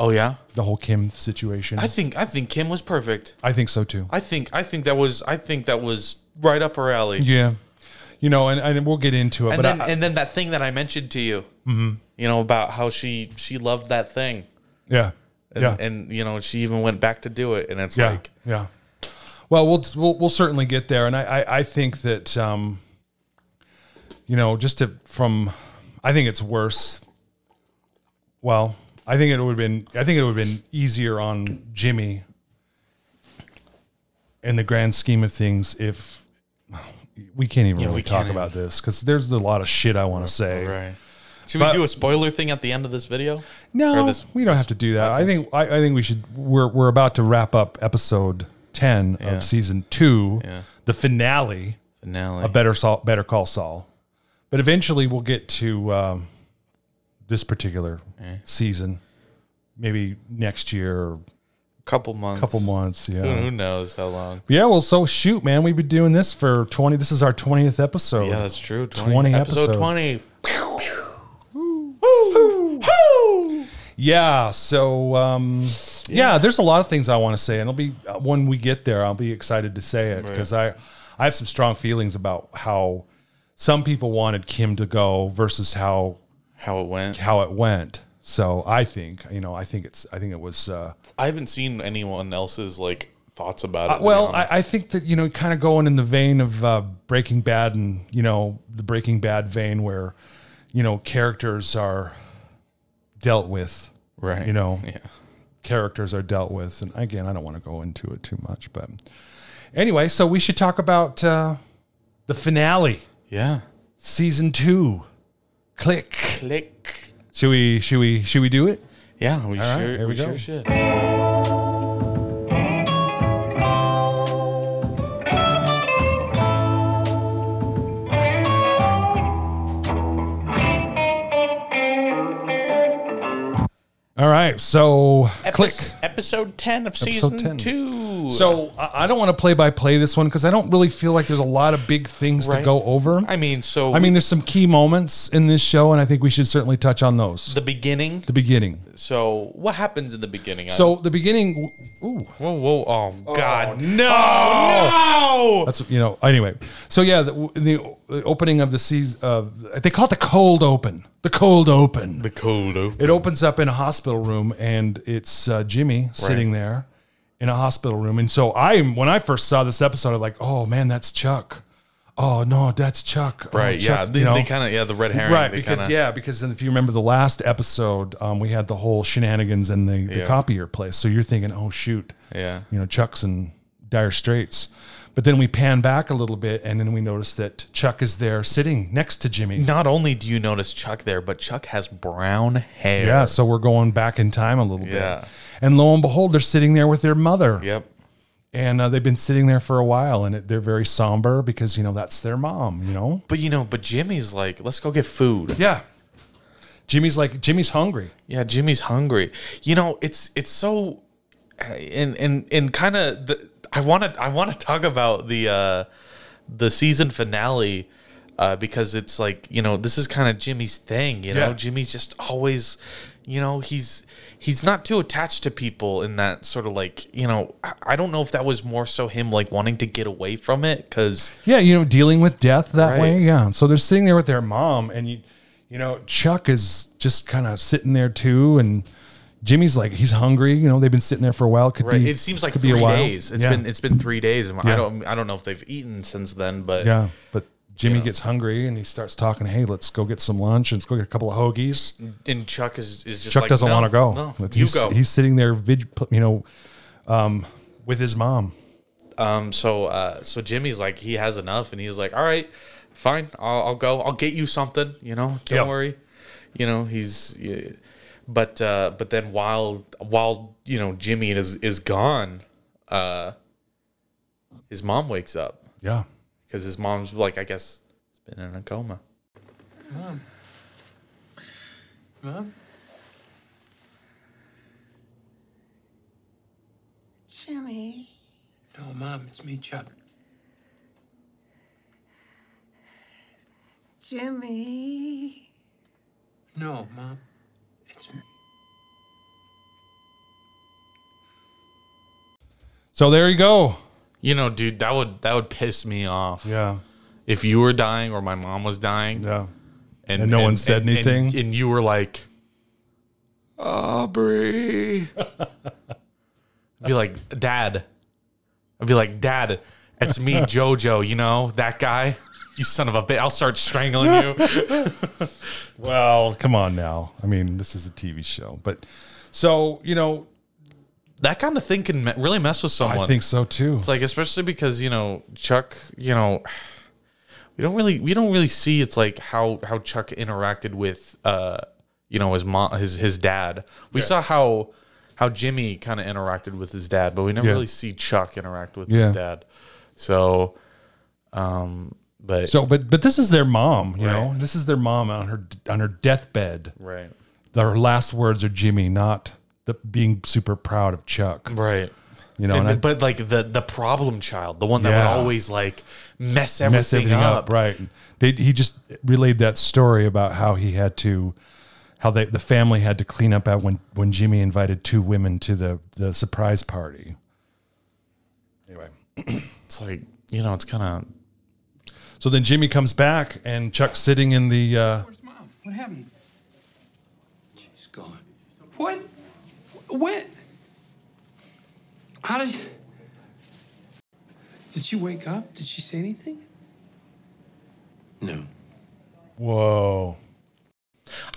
S2: Oh yeah,
S1: the whole Kim situation. I,
S2: I think I think Kim was perfect.
S1: think so too.
S2: I think I think that was I think that was right up her alley.
S1: yeah. You know, and, and we'll get into it.
S2: and
S1: but
S2: then
S1: I, Mm-hmm.
S2: and then that thing that I mentioned to you, you know about how she she loved that thing,
S1: yeah.
S2: and,
S1: yeah.
S2: and you know she even went back to do it, and it's
S1: yeah.
S2: like
S1: yeah. Well, we'll, we'll, we'll certainly get there. And I, I, I think that, um, you know, just to, from, I think it's worse. Well, I think it would have been, I think it would have been easier on Jimmy in the grand scheme of things if we can't even really
S2: we
S1: talk
S2: can't
S1: about this because there's a lot of shit I want to say.
S2: right. Should
S1: But-
S2: we do a spoiler thing at the end of this video?
S1: No,
S2: Or this-
S1: we don't have to do that. I think I, I think we should. We're we're about to wrap up episode ten
S2: Yeah.
S1: of season two,
S2: Yeah.
S1: the finale.
S2: Finale.
S1: A better Saul, better call Saul, but eventually we'll get to um, this particular season, maybe next year, or
S2: couple months.
S1: a couple months. Yeah,
S2: Who, who knows how long?
S1: yeah. Well, so shoot, man, we've been doing this for twenty. This is our twentieth episode.
S2: Yeah, that's true. 20,
S1: 20
S2: episode
S1: episode.
S2: twenty.
S1: Yeah. So, um, yeah. there's a lot of things I want to say, and it'll be uh, when we get there. I'll be excited to say it because I, I have some strong feelings about how some people wanted Kim to go versus how
S2: How it went.
S1: how it went. So I think you know I think it's I think it was uh,
S2: I haven't seen anyone else's like thoughts about it. to be
S1: well I,
S2: honest.
S1: I think that you know kind of going in the vein of uh, Breaking Bad and you know the Breaking Bad vein where you know characters are dealt with
S2: right.
S1: you know
S2: Yeah.
S1: characters are dealt with. And again, I don't want to go into it too much, but anyway, so we should talk about uh, the finale,
S2: Yeah.
S1: season two. Click.
S2: Click.
S1: Should we? Should we? Should we do it?
S2: Yeah, we
S1: right,
S2: sure
S1: here
S2: we,
S1: we go.
S2: sure should.
S1: All right. So click.
S2: Epis- Episode 10 of season
S1: Episode 10.
S2: 2.
S1: So I I don't want to play by play this one because I don't really feel like there's a lot of big things to
S2: Right.
S1: go over.
S2: I mean, so
S1: I mean, there's some key moments in this show, and I think we should certainly touch on those.
S2: the beginning.
S1: The beginning.
S2: So what happens in the beginning?
S1: So the beginning. Ooh.
S2: whoa, whoa, oh god,
S1: No.
S2: no!
S1: That's you know. Anyway, so yeah, the, the the opening of the season. Uh, they call it the cold open. The cold open.
S2: The cold open.
S1: It opens up in a hospital room, and it's uh, Jimmy sitting there in a hospital room. And so I, when I first saw this episode, I'm like, oh man, that's Chuck. Oh no, that's Chuck. Oh,
S2: Right, yeah,
S1: Chuck,"
S2: they,
S1: you know?
S2: they kind of yeah the red herring.
S1: Right,
S2: they
S1: because
S2: kinda,
S1: yeah, because if you remember the last episode, um, we had the whole shenanigans in the, the
S2: Yeah.
S1: copier place. So you're thinking, oh shoot,
S2: yeah,
S1: you know, Chuck's in dire straits. But then we pan back a little bit and then we notice that Chuck is there sitting next to Jimmy.
S2: Not only do you notice Chuck there, but Chuck has brown hair.
S1: Yeah, so we're going back in time a little
S2: Yeah.
S1: bit. And lo and behold, they're sitting there with their mother.
S2: Yep.
S1: And uh, they've been sitting there for a while and it, they're very somber because, you know, that's their mom, you know?
S2: But you know, but Jimmy's like, let's go get food.
S1: Yeah. Jimmy's like, Jimmy's hungry.
S2: Yeah, Jimmy's hungry. You know, it's it's so and and and kind of I want to I want to talk about the uh the season finale uh because it's like, you know, this is kind of Jimmy's thing, you know.
S1: Yeah.
S2: Jimmy's just always, you know, he's he's not too attached to people in that sort of like, you know, I, I don't know if that was more so him like wanting to get away from it cuz
S1: Yeah, you know, dealing with death that
S2: Right.
S1: way. Yeah. So they're sitting there with their mom, and you, you know, Chuck is just kind of sitting there too, and Jimmy's like he's hungry. You know, they've been sitting there for a while. Could
S2: Right.
S1: be,
S2: It seems like
S1: could
S2: three
S1: be a while.
S2: days. It's
S1: yeah.
S2: been it's been three days, and
S1: Yeah.
S2: I don't I don't know if they've eaten since then, but
S1: yeah, but Jimmy gets hungry and he starts talking. Hey, let's go get some lunch and let's go get a couple of hoagies.
S2: And Chuck is, is just
S1: Chuck
S2: like,
S1: doesn't
S2: "No,
S1: want to go.
S2: No,
S1: Let's-
S2: you
S1: he's,
S2: go.
S1: He's sitting there, vig- you know, um, with his mom.
S2: Um, so uh, so Jimmy's like he has enough, and he's like, all right, fine, I'll, I'll go, I'll get you something, you know, don't
S1: Yeah.
S2: worry, you know, he's, yeah. but uh, but then while while you know Jimmy is is gone, uh, his mom wakes up
S1: Yeah.
S2: because his mom's like, I guess, has been in a coma.
S4: Jimmy.
S5: No, Mom, it's me, Chuck.
S4: Jimmy.
S5: No, Mom, it's me.
S1: So there you go.
S2: You know, dude, that would that would piss me off.
S1: Yeah.
S2: If you were dying or my mom was dying,
S1: Yeah. And no one said
S2: and-
S1: anything?
S2: and, you were like, Aubrey. I'd be like, Dad. I'd be like, Dad, it's me, JoJo. You know that guy. You son of a bitch! I'll start strangling you.
S1: Well, come on now. I mean, this is a TV show, but so you know,
S2: that kind of thing can me- really mess with someone.
S1: I think so too.
S2: It's like especially because you know Chuck, you know, we don't really we don't really see it's like how how Chuck interacted with uh you know his mom his his dad. We saw how how Jimmy kind of interacted with his dad, but we never
S1: Yeah.
S2: really see Chuck interact with
S1: Yeah.
S2: his dad. So, um, but
S1: So, but but this is their mom. You know,
S2: Right.
S1: this is their mom on her on her deathbed.
S2: right,
S1: Her last words are Jimmy, not the being super proud of Chuck.
S2: right.
S1: You know, and,
S2: And-
S1: I
S2: but like the the problem child, the one that
S1: Yeah.
S2: would always like mess everything,
S1: mess everything
S2: up,
S1: up, right? They, he just relayed that story about how he had to, how they the family had to clean up at when when Jimmy invited two women to the the surprise party. Anyway,
S2: It's like you know, it's kind of
S1: so then Jimmy comes back and Chuck's sitting in the. Uh,
S5: Where's Mom? oh, What happened? She's gone. What? Wh- When? How did? Did she wake up? Did she say anything? No.
S1: Whoa.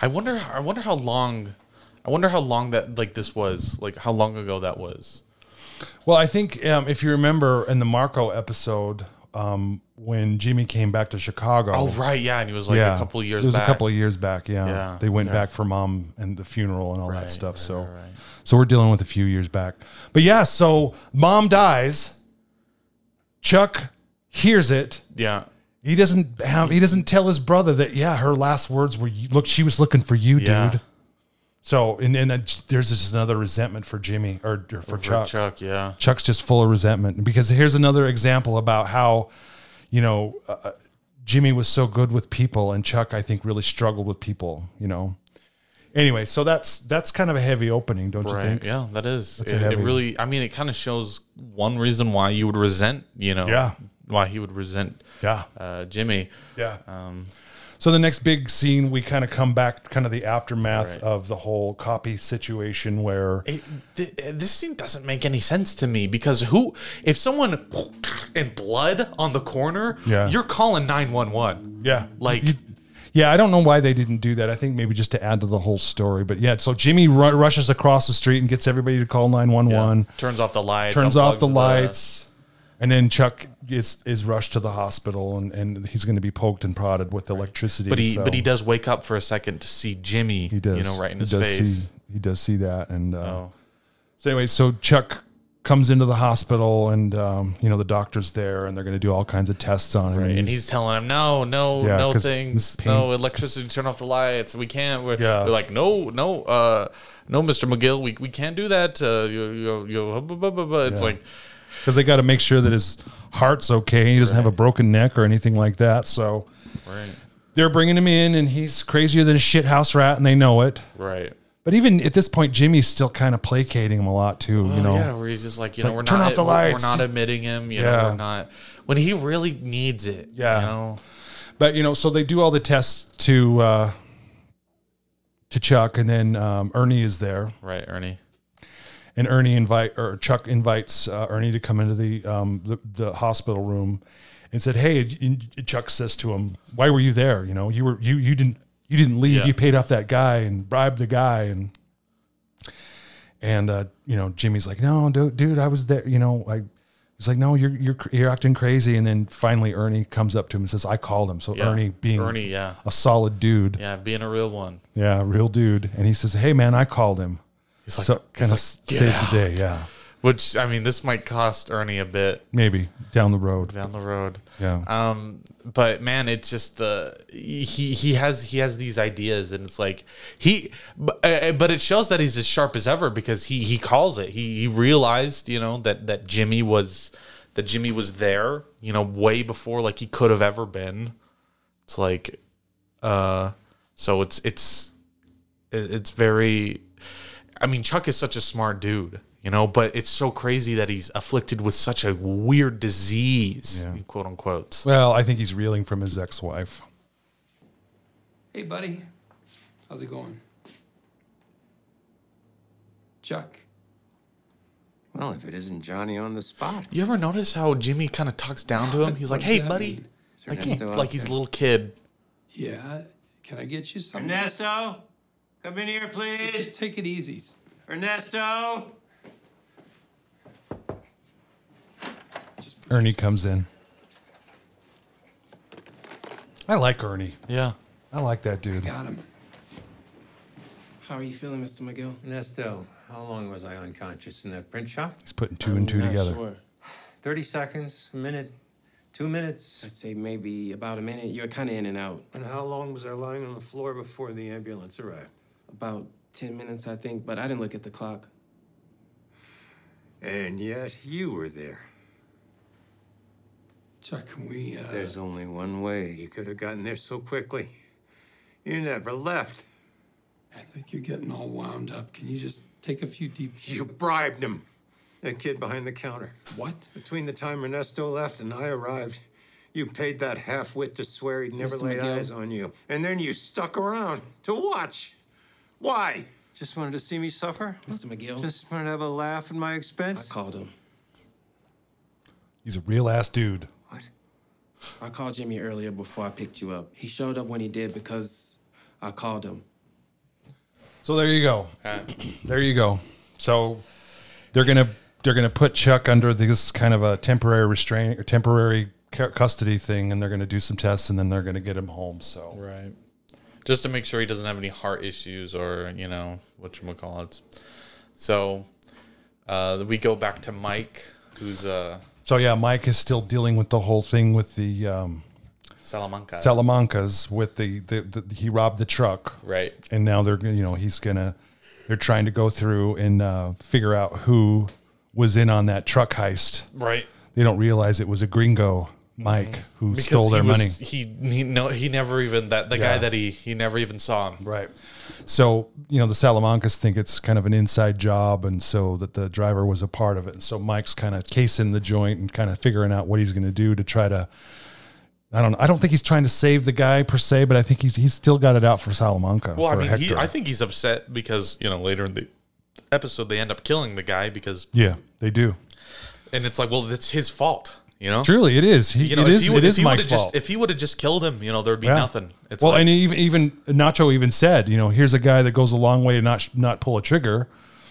S2: I wonder. I wonder how long. I wonder how long that like this was. Like how long ago that was.
S1: Well, I think um, if you remember in the Marco episode um, when Jimmy came back to Chicago.
S2: Oh right, yeah, and he was like a couple of years.
S1: It was
S2: back.
S1: a couple of years back. Yeah,
S2: Yeah,
S1: they went
S2: okay.
S1: back for mom and the funeral and all
S2: Right,
S1: that stuff.
S2: right,
S1: so,
S2: right, right.
S1: so we're dealing with a few years back. But yeah, so mom dies. Chuck hears it.
S2: Yeah,
S1: He doesn't have. He doesn't tell his brother that. Yeah, her last words were, "You- "Look, she was looking for you,
S2: Yeah.
S1: dude." So, and and uh, there's just another resentment for Jimmy or, or for
S2: Chuck.
S1: Chuck.
S2: Chuck. Yeah,
S1: Chuck's just full of resentment because here's another example about how, you know, uh, Jimmy was so good with people, and Chuck I think really struggled with people. You know. Anyway, so that's that's kind of a heavy opening, don't you
S2: right.
S1: think?
S2: Yeah, that is.
S1: a
S2: It,
S1: heavy
S2: it
S1: one.
S2: really. I mean, it kind of shows one reason why you would resent. You know.
S1: Yeah.
S2: Why he would resent
S1: Yeah.
S2: uh, Jimmy.
S1: Yeah.
S2: Um,
S1: So the next big scene, we kind of come back, kind of the aftermath
S2: Right.
S1: of the whole copy situation where
S2: it, th- this scene doesn't make any sense to me because who, if someone in blood on the corner,
S1: Yeah.
S2: you're calling nine one one.
S1: Yeah.
S2: Like-
S1: You- yeah, I don't know why they didn't do that. I think maybe just to add to the whole story. But yeah, so Jimmy ru- rushes across the street and gets everybody to call 911,
S2: Turns off the lights.
S1: turns off
S2: unplugs
S1: the lights, and then Chuck is is rushed to the hospital and, and he's going to be poked and prodded with electricity.
S2: But he
S1: so
S2: but he does wake up for a second to see Jimmy.
S1: He does.
S2: You know, right in
S1: he
S2: his
S1: does
S2: face.
S1: See, he does see that. And uh,
S2: Oh.
S1: so, anyway, so Chuck comes into the hospital and, um, you know, the doctor's there and they're going to do all kinds of tests on him.
S2: Right, and he's telling him, no, no,
S1: Yeah,
S2: no
S1: 'cause
S2: things,
S1: this
S2: no
S1: pain-
S2: electricity, turn off the lights. We can't. We're,
S1: Yeah.
S2: we're like, no, no, uh, no, Mister McGill, we, we can't do that. Uh, you, you, you, blah, blah, blah, blah. It's
S1: Yeah.
S2: like,
S1: because they got to make sure that his heart's okay. He doesn't have a broken neck or anything like that. So
S2: right,
S1: they're bringing him in, and he's crazier than a shit house rat, and they know it.
S2: right.
S1: But even at this point, Jimmy's still kind of placating him a lot too. you know,
S2: Oh, yeah, where he's just like, you know,
S1: like,
S2: we're
S1: turn
S2: not,
S1: off the
S2: we're-
S1: lights.
S2: we're not admitting him. You know,
S1: Yeah.
S2: we're not when he really needs it.
S1: Yeah.
S2: you know,
S1: but you know, so they do all the tests to uh, to Chuck, and then um, Ernie is there,
S2: right, Ernie.
S1: and Ernie invite or Chuck invites uh, Ernie to come into the, um, the the hospital room, and said, "Hey," and Chuck says to him, "Why were you there? You know, you were you you didn't you didn't leave.
S3: Yeah.
S1: You paid off that guy and bribed the guy and." And uh, you know, Jimmy's like, "No, dude, dude, I was there. You know, I." He's like, "No, you're you're cr- you're acting crazy." And then finally, Ernie comes up to him and says, "I called him." So
S2: Yeah.
S1: Ernie, being
S2: Ernie, yeah.
S1: a solid dude,
S2: Yeah, being a real one.
S1: yeah, real dude, and he says, "Hey, man, I called him."
S2: He's like,
S1: so kind of
S2: he's like,
S1: saves
S2: "Get
S1: the day,
S2: out."
S1: yeah.
S2: Which I mean, this might cost Ernie a bit
S1: Maybe down the road,
S2: down the road.
S1: yeah.
S2: Um, but man, it's just the he he has he has these ideas, and it's like he, but, uh, but it shows that he's as sharp as ever because he he calls it. He he realized you know that that Jimmy was that Jimmy was there you know way before like he could have ever been. It's like, uh, so it's it's it- it's very. I mean, Chuck is such a smart dude. You know, but it's so crazy that he's afflicted with such a weird disease, quote unquote.
S1: Well, I think he's reeling from his ex-wife.
S5: Hey, buddy. How's it going? Chuck.
S6: Well, if it isn't Johnny on the spot,
S2: You ever notice how Jimmy kind of talks down to him? He's like,
S5: What does
S2: "Hey,
S5: that
S2: buddy,"
S5: mean?
S6: Is
S2: like,
S6: Ernesto
S2: he,
S6: out
S2: like he's
S6: there?
S2: a little kid.
S5: Yeah, can I get you something?
S6: Ernesto, come in here, please.
S5: Just take it easy.
S6: Ernesto.
S1: Ernie comes in. I like Ernie.
S2: Yeah,
S1: I like that dude.
S5: Got him.
S7: How are you feeling, Mr. McGill?
S6: Ernesto, how long was I unconscious in that print shop?
S1: He's putting 2 and 2 together.
S7: Sure.
S6: 30 seconds, a minute, two minutes.
S7: I'd say maybe about a minute. You're kind of in and out.
S6: And how long was I lying on the floor before the ambulance arrived?
S7: About 10 minutes, I think, but I didn't look at the clock.
S6: And yet you were there.
S5: Chuck, can we? Uh,
S6: There's only one way you could have gotten there so quickly. You never left.
S5: I think you're getting all wound up. Can you just take a few deep?
S6: You bribed him. That kid behind the counter.
S5: What?
S6: Between the time Ernesto left and I arrived, you paid that half-wit to swear he'd never
S7: Mr.
S6: laid
S7: McGill.
S6: eyes on you. And then you stuck around to watch. Why? Just wanted to see me suffer?
S7: Mr. McGill,
S6: Just wanted to have a laugh at my
S7: I
S6: expense?
S7: called him.
S1: He's a real ass dude.
S6: What?
S7: I called Jimmy earlier before I picked you up. He showed up when he did because I called him.
S1: So there you go. there you go. So they're gonna they're gonna put Chuck under this kind of a temporary restraint or temporary cu- custody thing, and they're gonna do some tests, and then they're gonna get him home. So
S2: right. Just to make sure he doesn't have any heart issues or you know what you call it. So uh, we go back to Mike, who's uh,
S1: so yeah, Mike is still dealing with the whole thing with the um,
S2: Salamanca.
S1: Salamancas with the, the, the he robbed the truck,
S2: Right.
S1: and now they're gonna- you know he's gonna they're trying to go through and uh, figure out who was in on that truck heist.
S2: Right.
S1: They don't realize it was a gringo, Mike, who stole their
S2: he
S1: money.
S2: was- He he no he never even that the
S1: Yeah.
S2: guy that he he never even saw him.
S1: Right. So, you know, the Salamancas think it's kind of an inside job and so that the driver was a part of it. And so Mike's kind of casing the joint and kind of figuring out what he's going to do to try to I don't I don't think he's trying to save the guy per se, but I think he's he's still got it out for Salamanca.
S2: Well, I
S1: for
S2: mean, he,
S1: Hector.
S2: I think he's upset because you know later in the episode they end up killing the guy because
S1: Yeah, they do.
S2: and it's like well that's his fault. You know.
S1: Truly, it is. He,
S2: you know,
S1: it
S2: if
S1: is
S2: he,
S1: it
S2: would- if
S1: is
S2: he
S1: Mike's
S2: would've just,
S1: fault.
S2: If he would have just killed him, you know, there'd be
S1: Yeah.
S2: nothing. It's
S1: well,
S2: like,
S1: and even even Nacho even said, you know, here's a guy that goes a long way to not sh- not pull a trigger.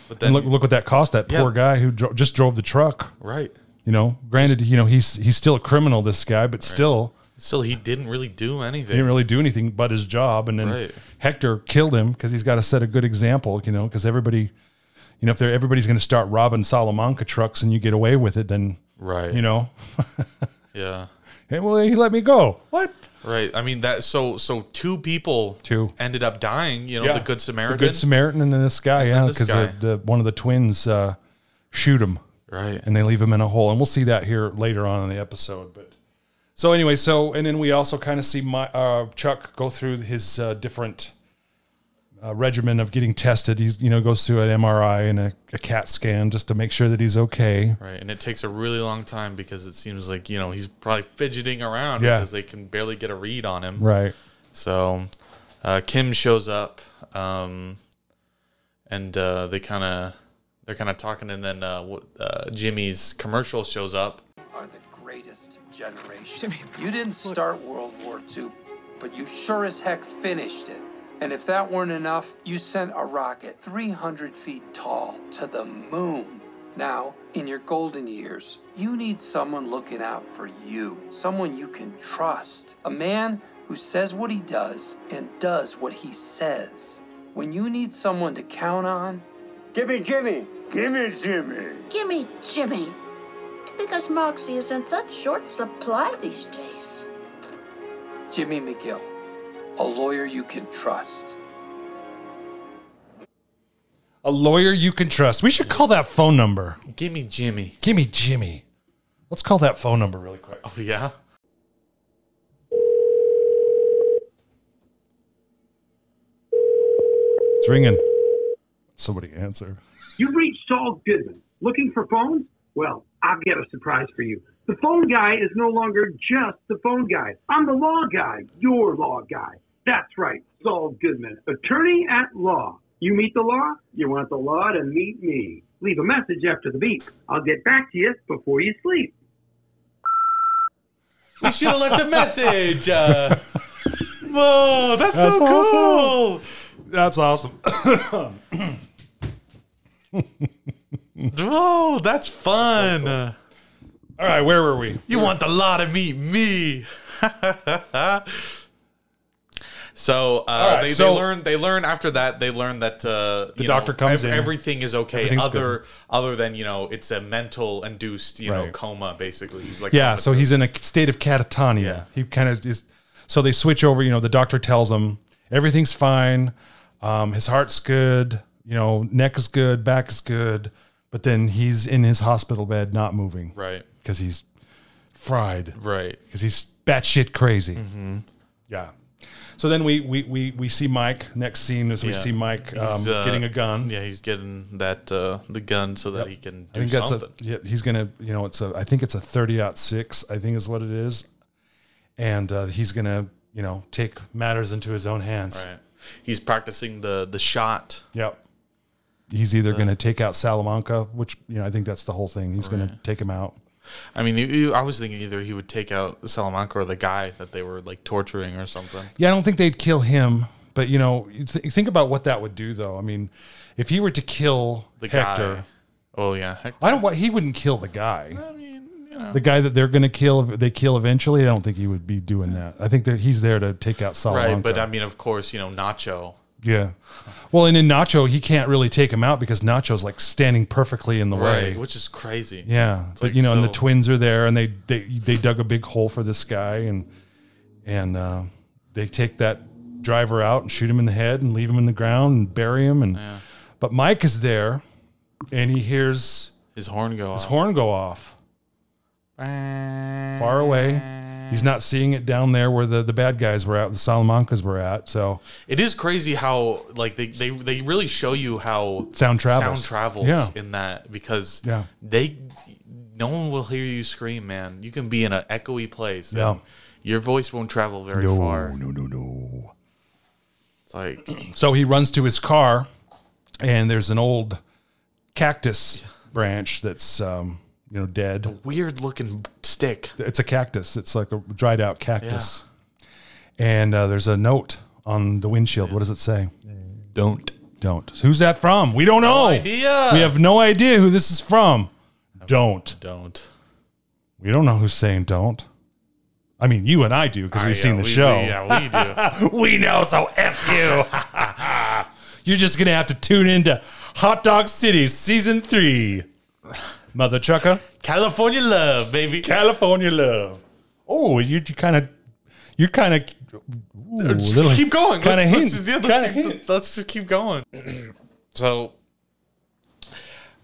S2: but
S1: and look look what that cost that
S2: Yeah.
S1: poor guy who dro- just drove the truck.
S2: right.
S1: You know, granted, you know he's he's still a criminal, this guy, but still
S2: Still, he didn't really do
S1: he
S2: anything.
S1: didn't really do anything but his job. And then
S2: Right.
S1: Hector killed him because he's got to set a good example. You know, because everybody, you know, if they're, everybody's going to start robbing Salamanca trucks and you get away with it, then
S2: Right.
S1: you know,
S2: Yeah.
S1: hey, well he let me go. What?
S2: Right. I mean that. So so two people
S1: Two.
S2: ended up dying. You know,
S1: Yeah.
S2: Oh, the Good Samaritan.
S1: The Good Samaritan and then this guy, yeah,
S2: this
S1: because the,
S2: guy.
S1: the one of the twins uh, shoot him.
S2: Right.
S1: and they leave him in a hole. And we'll see that here later on in the episode. But so anyway, so and then we also kind of see my uh, Chuck go through his uh, different uh, regimen of getting tested. He's you know goes through an MRI and a, a CAT scan just to make sure that he's okay.
S2: right. And it takes a really long time because it seems like you know he's probably fidgeting around
S1: Yeah.
S2: because they can barely get a read on him.
S1: Right.
S2: So uh, Kim shows up, um, and uh, they kind of they're kind of talking, and then uh, wh- uh, Jimmy's commercial shows up.
S4: Are the greatest
S5: generation. You didn't start World War II, but you sure as heck finished it. And if that weren't enough, you sent a rocket 300 feet tall to the moon. Now, in your golden years, you need someone looking out for you, someone you can trust, a man who says what he does and does what he says. When you need someone to count on,
S8: Gimme, Jimmy! Gimme, Jimmy!
S4: Gimme Jimmy. Because Moxie is in such short supply these days.
S5: Jimmy McGill, a lawyer you can trust.
S1: A lawyer you can trust. We should call that phone number.
S2: Give me Jimmy.
S1: Give me Jimmy. Let's call that phone number really quick.
S2: Oh yeah.
S1: It's ringing. Somebody answer.
S9: You reached Saul Goodman. Looking for phones? Well, I've got a surprise for you. The phone guy is no longer just the phone guy. I'm the law guy, your law guy. That's right, Saul Goodman, attorney at law. You meet the law? You want the law to meet me. Leave a message after the beep. I'll get back to you before you sleep.
S2: We should have left a message. Uh, whoa, that's,
S1: That's
S2: so cool.
S1: That's awesome.
S2: Whoa, that's fun.
S1: All right, where were we?
S2: You want the law to meet me. so, uh,
S1: right,
S2: they,
S1: so-
S2: they learn. They learn after that. They learn that uh, the
S1: doctor comes in.
S2: Everything is okay,
S1: Everything's
S2: other other than you know, it's a mental induced you know
S1: Right.
S2: coma. Basically, he's like
S1: Yeah, so he's in a state of catatonia.
S2: Yeah.
S1: He kind of is. So they switch over. You know, the doctor tells him everything's fine. Um, his heart's good. You know, neck is good, back is good. But then he's in his hospital bed, not moving,
S2: right,
S1: Because he's fried.
S2: right.
S1: because he's batshit crazy.
S2: Mm-hmm.
S1: Yeah. So then we, we we we see Mike. Next scene is we
S2: Yeah.
S1: see Mike um,
S2: He's, uh,
S1: getting a gun.
S2: Yeah, he's getting that uh, the gun so that he can
S1: I
S2: do
S1: think that's a,
S2: something.
S1: yeah, he's gonna you know it's a I think it's a thirty out six I think is what it is, and uh, he's gonna you know take matters into his own hands.
S2: right. He's practicing the the shot.
S1: Yep. He's either gonna take out Salamanca, which you know I think that's the whole thing. He's gonna take him out.
S2: I mean, you- you- I was thinking either he would take out Salamanca or the guy that they were like torturing or something.
S1: Yeah, I don't think they'd kill him, but you know you th- think about what that would do though. I mean, if he were to kill
S2: The
S1: Hector.
S2: guy. Oh yeah, Hector.
S1: I don't. want- He wouldn't kill the guy. The guy that they're going to kill, they kill eventually. I don't think he would be doing that. I think that he's there to take out Salamanca.
S2: Right, but I mean, of course, you know, Nacho.
S1: yeah. Well, and in Nacho, he can't really take him out because Nacho's like standing perfectly in the way.
S2: Right, which is crazy.
S1: yeah, but
S2: like,
S1: you know, and the
S2: so-
S1: twins are there, and they they they dug a big hole for this guy, and and uh, they take that driver out and shoot him in the head and leave him in the ground and bury him. And but Mike is there, and he hears
S2: His horn go
S1: his
S2: off.
S1: horn go off. Far away. He's not seeing it down there where the, the bad guys were at, the Salamancas were at. So
S2: It is crazy how like they, they they really show you how
S1: Sound travels.
S2: sound travels
S1: Yeah.
S2: in that because
S1: Yeah.
S2: they no one will hear you scream, man. You can be in an echoey place. and
S1: Yeah.
S2: Your voice won't travel very far.
S1: no, no, no.
S2: It's like
S1: So he runs to his car, and there's an old cactus branch that's um, you know dead.
S2: weird looking stick.
S1: It's a cactus. It's like a dried out cactus. And uh, there's a note on the windshield. What does it say? Don't. Don't. Who's that from? We don't know.
S2: idea.
S1: We have no idea who this is from. Don't.
S2: Don't.
S1: We don't know who's saying don't. I mean, you and I do because we've
S2: Yeah,
S1: seen the
S2: we-
S1: show.
S2: we- yeah, we do.
S1: We know, so F you. You're just going to have to tune into Hot Dog City Season 3. Mother Chucker,
S2: California love, baby.
S1: California Love. Oh, you kind of, you're kind of,
S2: Just keep going.
S1: Kind of
S2: Let's-
S1: hint.
S2: let's just- yeah, let's
S1: kinda
S2: just-
S1: hint.
S2: let's just keep going. so,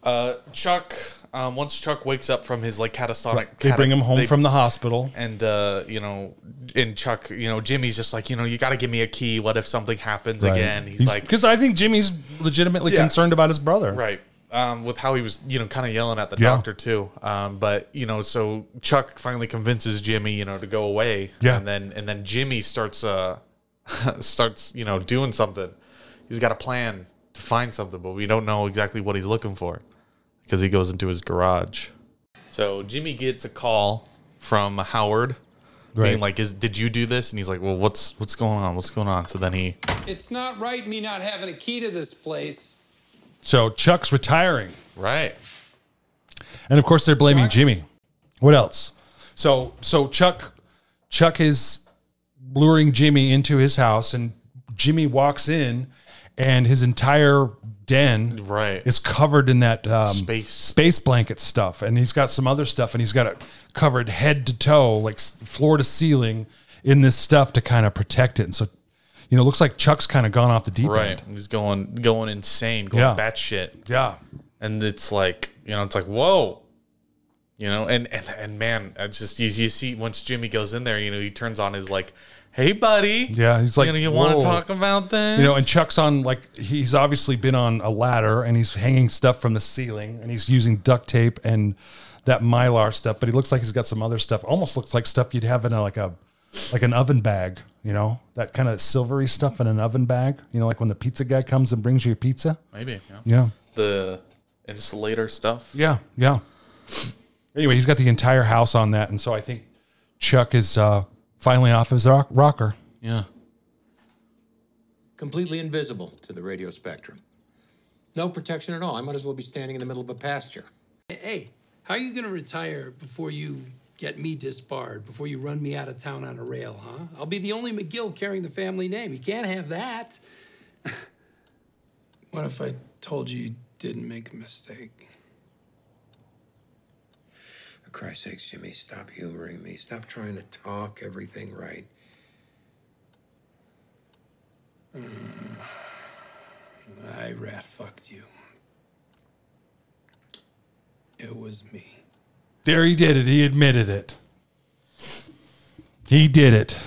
S2: uh, Chuck, um, once Chuck wakes up from his like catastrophic,
S1: They bring him home
S2: they-
S1: from the hospital.
S2: and uh, you know, and Chuck, you know, Jimmy's just like, you know, you got to give me a key. What if something happens again? He's, like,
S1: because I think Jimmy's legitimately
S2: Yeah.
S1: concerned about his brother.
S2: right. Um, with how he was, you know, kind of yelling at the
S1: Yeah.
S2: doctor too. Um, but you know, so Chuck finally convinces Jimmy, you know, to go away.
S1: Yeah.
S2: And then and then Jimmy starts uh starts, you know, doing something. He's got a plan to find something, but we don't know exactly what he's looking for because he goes into his garage. So Jimmy gets a call from Howard,
S1: Right.
S2: being like, "Is did you do this?" And he's like, "Well, what's what's going on? What's going on?" So then he
S5: It's not right me not having a key to this place.
S1: So Chuck's retiring.
S2: right.
S1: And of course they're blaming Jimmy. What else? So so Chuck Chuck is luring Jimmy into his house and Jimmy walks in and his entire den
S2: Right.
S1: is covered in that um,
S2: Space.
S1: space blanket stuff and he's got some other stuff and he's got it covered head to toe like s- floor to ceiling in this stuff to kind of protect it and so you know it looks like Chuck's kind of gone off the deep
S2: Right.
S1: end.
S2: He's going going insane, going
S1: Yeah.
S2: batshit.
S1: Yeah.
S2: And it's like, you know, it's like, whoa. You know, and and, and man, I just you, you see once Jimmy goes in there, you know, he turns on his like, hey buddy.
S1: Yeah, he's like,
S2: you know, you want
S1: whoa.
S2: to talk about this?
S1: You know, and Chuck's on like he's obviously been on a ladder and he's hanging stuff from the ceiling and he's using duct tape and that mylar stuff, but he looks like he's got some other stuff. Almost looks like stuff you'd have in a, like a like an oven bag, you know, that kind of silvery stuff in an oven bag. You know, like when the pizza guy comes and brings you your pizza.
S2: maybe, you know,
S1: Yeah,
S2: the insulator stuff.
S1: yeah, yeah. Anyway, he's got the entire house on that, and so I think Chuck is uh, finally off his rock- rocker.
S2: Yeah.
S10: completely invisible to the radio spectrum. No protection at all. I might as well be standing in the middle of a pasture.
S5: Hey, how are you going to retire before you get me disbarred, before you run me out of town on a rail, huh? I'll be the only McGill carrying the family name. You can't have that. what if I told you you didn't make a mistake?
S10: For Christ's sakes, Jimmy, stop humoring me. Stop trying to talk everything right.
S5: I rat fucked you. It was me.
S1: There he did it. He admitted it. He did it.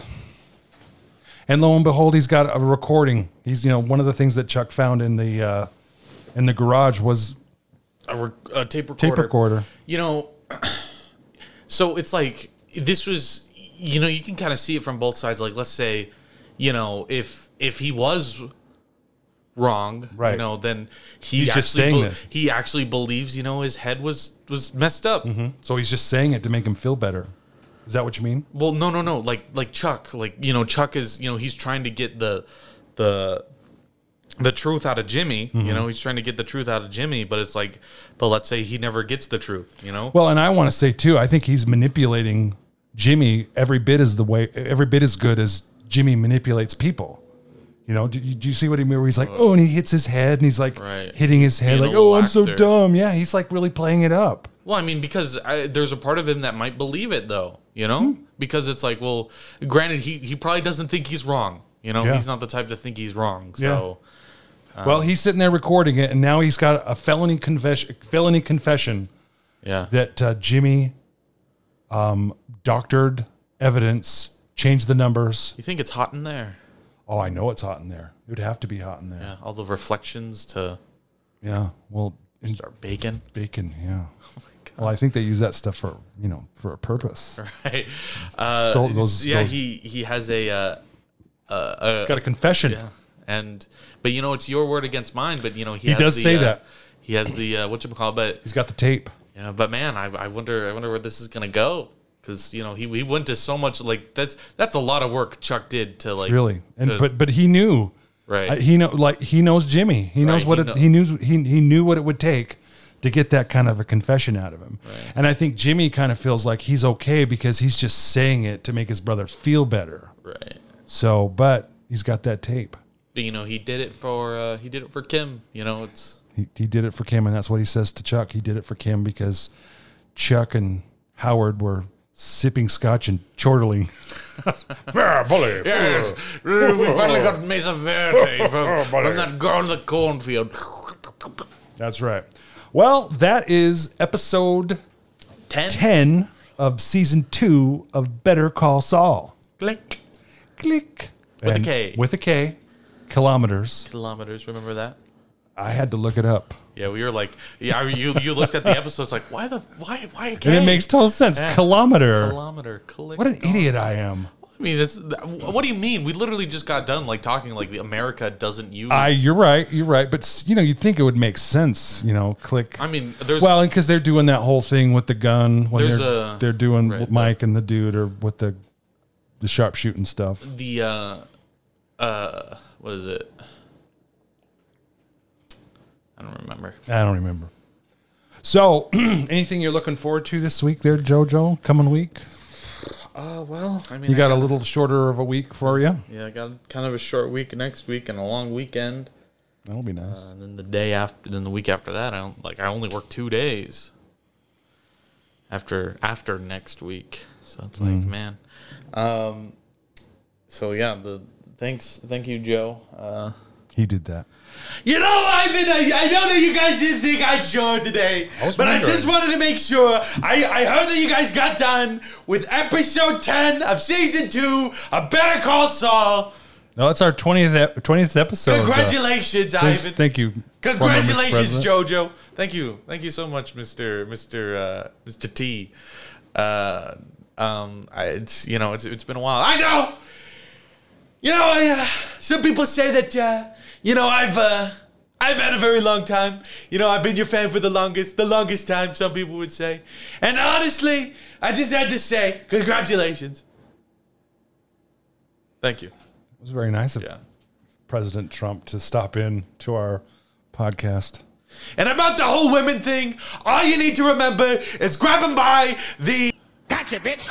S1: And lo and behold, he's got a recording. He's you know one of the things that Chuck found in the uh, in the garage was
S2: A, re- a tape recorder.
S1: tape recorder.
S2: you know so it's like this was you know you can kind of see it from both sides like let's say you know if if he was wrong
S1: Right.
S2: you know then he
S1: He's
S2: actually
S1: just saying
S2: bel-
S1: this.
S2: he actually believes you know his head was was messed up
S1: So he's just saying it to make him feel better. Is that what you mean?
S2: well no no no like like chuck like you know chuck is you know he's trying to get the the the truth out of jimmy
S1: Mm-hmm.
S2: you know he's trying to get the truth out of jimmy but it's like but let's say he never gets the truth you know
S1: Well, and I want to say too, I think he's manipulating Jimmy every bit as the way every bit as good as Jimmy manipulates people. You know, do, you- do you see what he where he's like, oh, and he hits his head, and he's like
S2: Uh, Right.
S1: hitting his head,
S2: Being a
S1: like, oh,
S2: little
S1: I'm so
S2: actor.
S1: dumb. Yeah, he's like really playing it up.
S2: Well, I mean, because I, there's a part of him that might believe it, though, you know,
S1: Hmm.
S2: because it's like, well, granted, he, he probably doesn't think he's wrong, you know,
S1: Yeah.
S2: he's not the type to think he's wrong. So, Uh,
S1: Well, he's sitting there recording it, and now he's got a felony confession, felony confession
S2: yeah,
S1: that uh, Jimmy um, doctored evidence, changed the numbers.
S2: you think it's hot in there?
S1: Oh, I know it's hot in there. It would have to be hot in there.
S2: Yeah, all the reflections to
S1: Yeah. Well, in
S2: start bacon,
S1: bacon. Yeah. well, I think they use that stuff for you know for a purpose.
S2: right? Uh,
S1: So those-
S2: yeah,
S1: those-
S2: he he has a uh,
S1: It's got a confession.
S2: and but you know it's your word against mine, but you know he,
S1: He
S2: has
S1: does
S2: the,
S1: say
S2: uh,
S1: that.
S2: he has the uh, what you call, but
S1: He's got the tape.
S2: You know, but man, I, I wonder I wonder where this is gonna go because you know he, he went to so much like that's that's a lot of work Chuck did to like
S1: Really. And
S2: to-
S1: but but he knew.
S2: right
S1: Uh, he know like he knows Jimmy. He knows what
S2: Right, he
S1: it,
S2: kno-
S1: he knew he he knew what it would take to get that kind of a confession out of him. And I think Jimmy kind of feels like he's okay because he's just saying it to make his brother feel better.
S2: right
S1: So, but he's got that tape.
S2: but you know he did it for uh, he did it for Kim you know it's
S1: He he did it for Kim and that's what he says to Chuck. He did it for Kim because Chuck and Howard were sipping scotch and chortling.
S2: yes
S1: Oh.
S2: we finally got Mesa Verde from, that girl in the cornfield
S1: That's right. Well, that is episode
S2: ten
S1: 10 of season 2 of Better Call Saul.
S2: click
S1: click
S2: With a K.
S1: with a K kilometers.
S2: kilometers remember that
S1: I had to look it up,
S2: yeah we were like yeah I mean, you you looked at the episodes like why the why why
S1: and it makes total sense.
S2: Yeah.
S1: Kilometer.
S2: kilometer click
S1: What an idiot I am!
S2: I mean, that's what do you mean? We literally just got done like talking like the America doesn't use.
S1: I, you're right. You're right. But s- you know, you'd think it would make sense. You know, click.
S2: I mean, there's-
S1: well, and because they're doing that whole thing with the gun when
S2: There's
S1: they're
S2: a-
S1: they're doing Mike and the dude or with the the sharpshooting stuff.
S2: the uh uh what is it i don't remember
S1: I don't remember. So, anything you're looking forward to this week, there, JoJo? Coming week,
S2: uh well i mean
S1: you
S2: I
S1: got a little shorter of a week for you.
S2: yeah i got kind of a short week next week and a long weekend
S1: That'll be nice.
S2: uh, and then the day after then the week after that i don't like i only work two days after after next week so it's like
S1: Mhm.
S2: man um so yeah the thanks thank you joe uh
S1: He did that.
S2: You know, I've been. uh, I, I know that you guys didn't think I'd show it today,
S1: I was
S2: but I
S1: wondering.
S2: just wanted to make sure. I, I heard that you guys got done with episode ten of season two of Better Call Saul.
S1: No, that's our twentieth twentieth episode. uh,
S2: Congratulations,
S1: thanks-
S2: Ivan.
S1: Thank you.
S2: Congratulations,
S1: President.
S2: JoJo. Thank you, thank you so much, Mister Mister uh, Mister T. Uh, um, I, it's you know, it's it's been a while. I know. You know, I, uh, some people say that uh, you know I've uh, I've had a very long time. You know, I've been your fan for the longest, the longest time. Some people would say, and honestly, I just had to say congratulations. Thank you.
S1: It was very nice of President Trump to stop in to our podcast.
S2: And about the whole women thing, all you need to remember is grab 'em by the.
S11: Gotcha, bitch!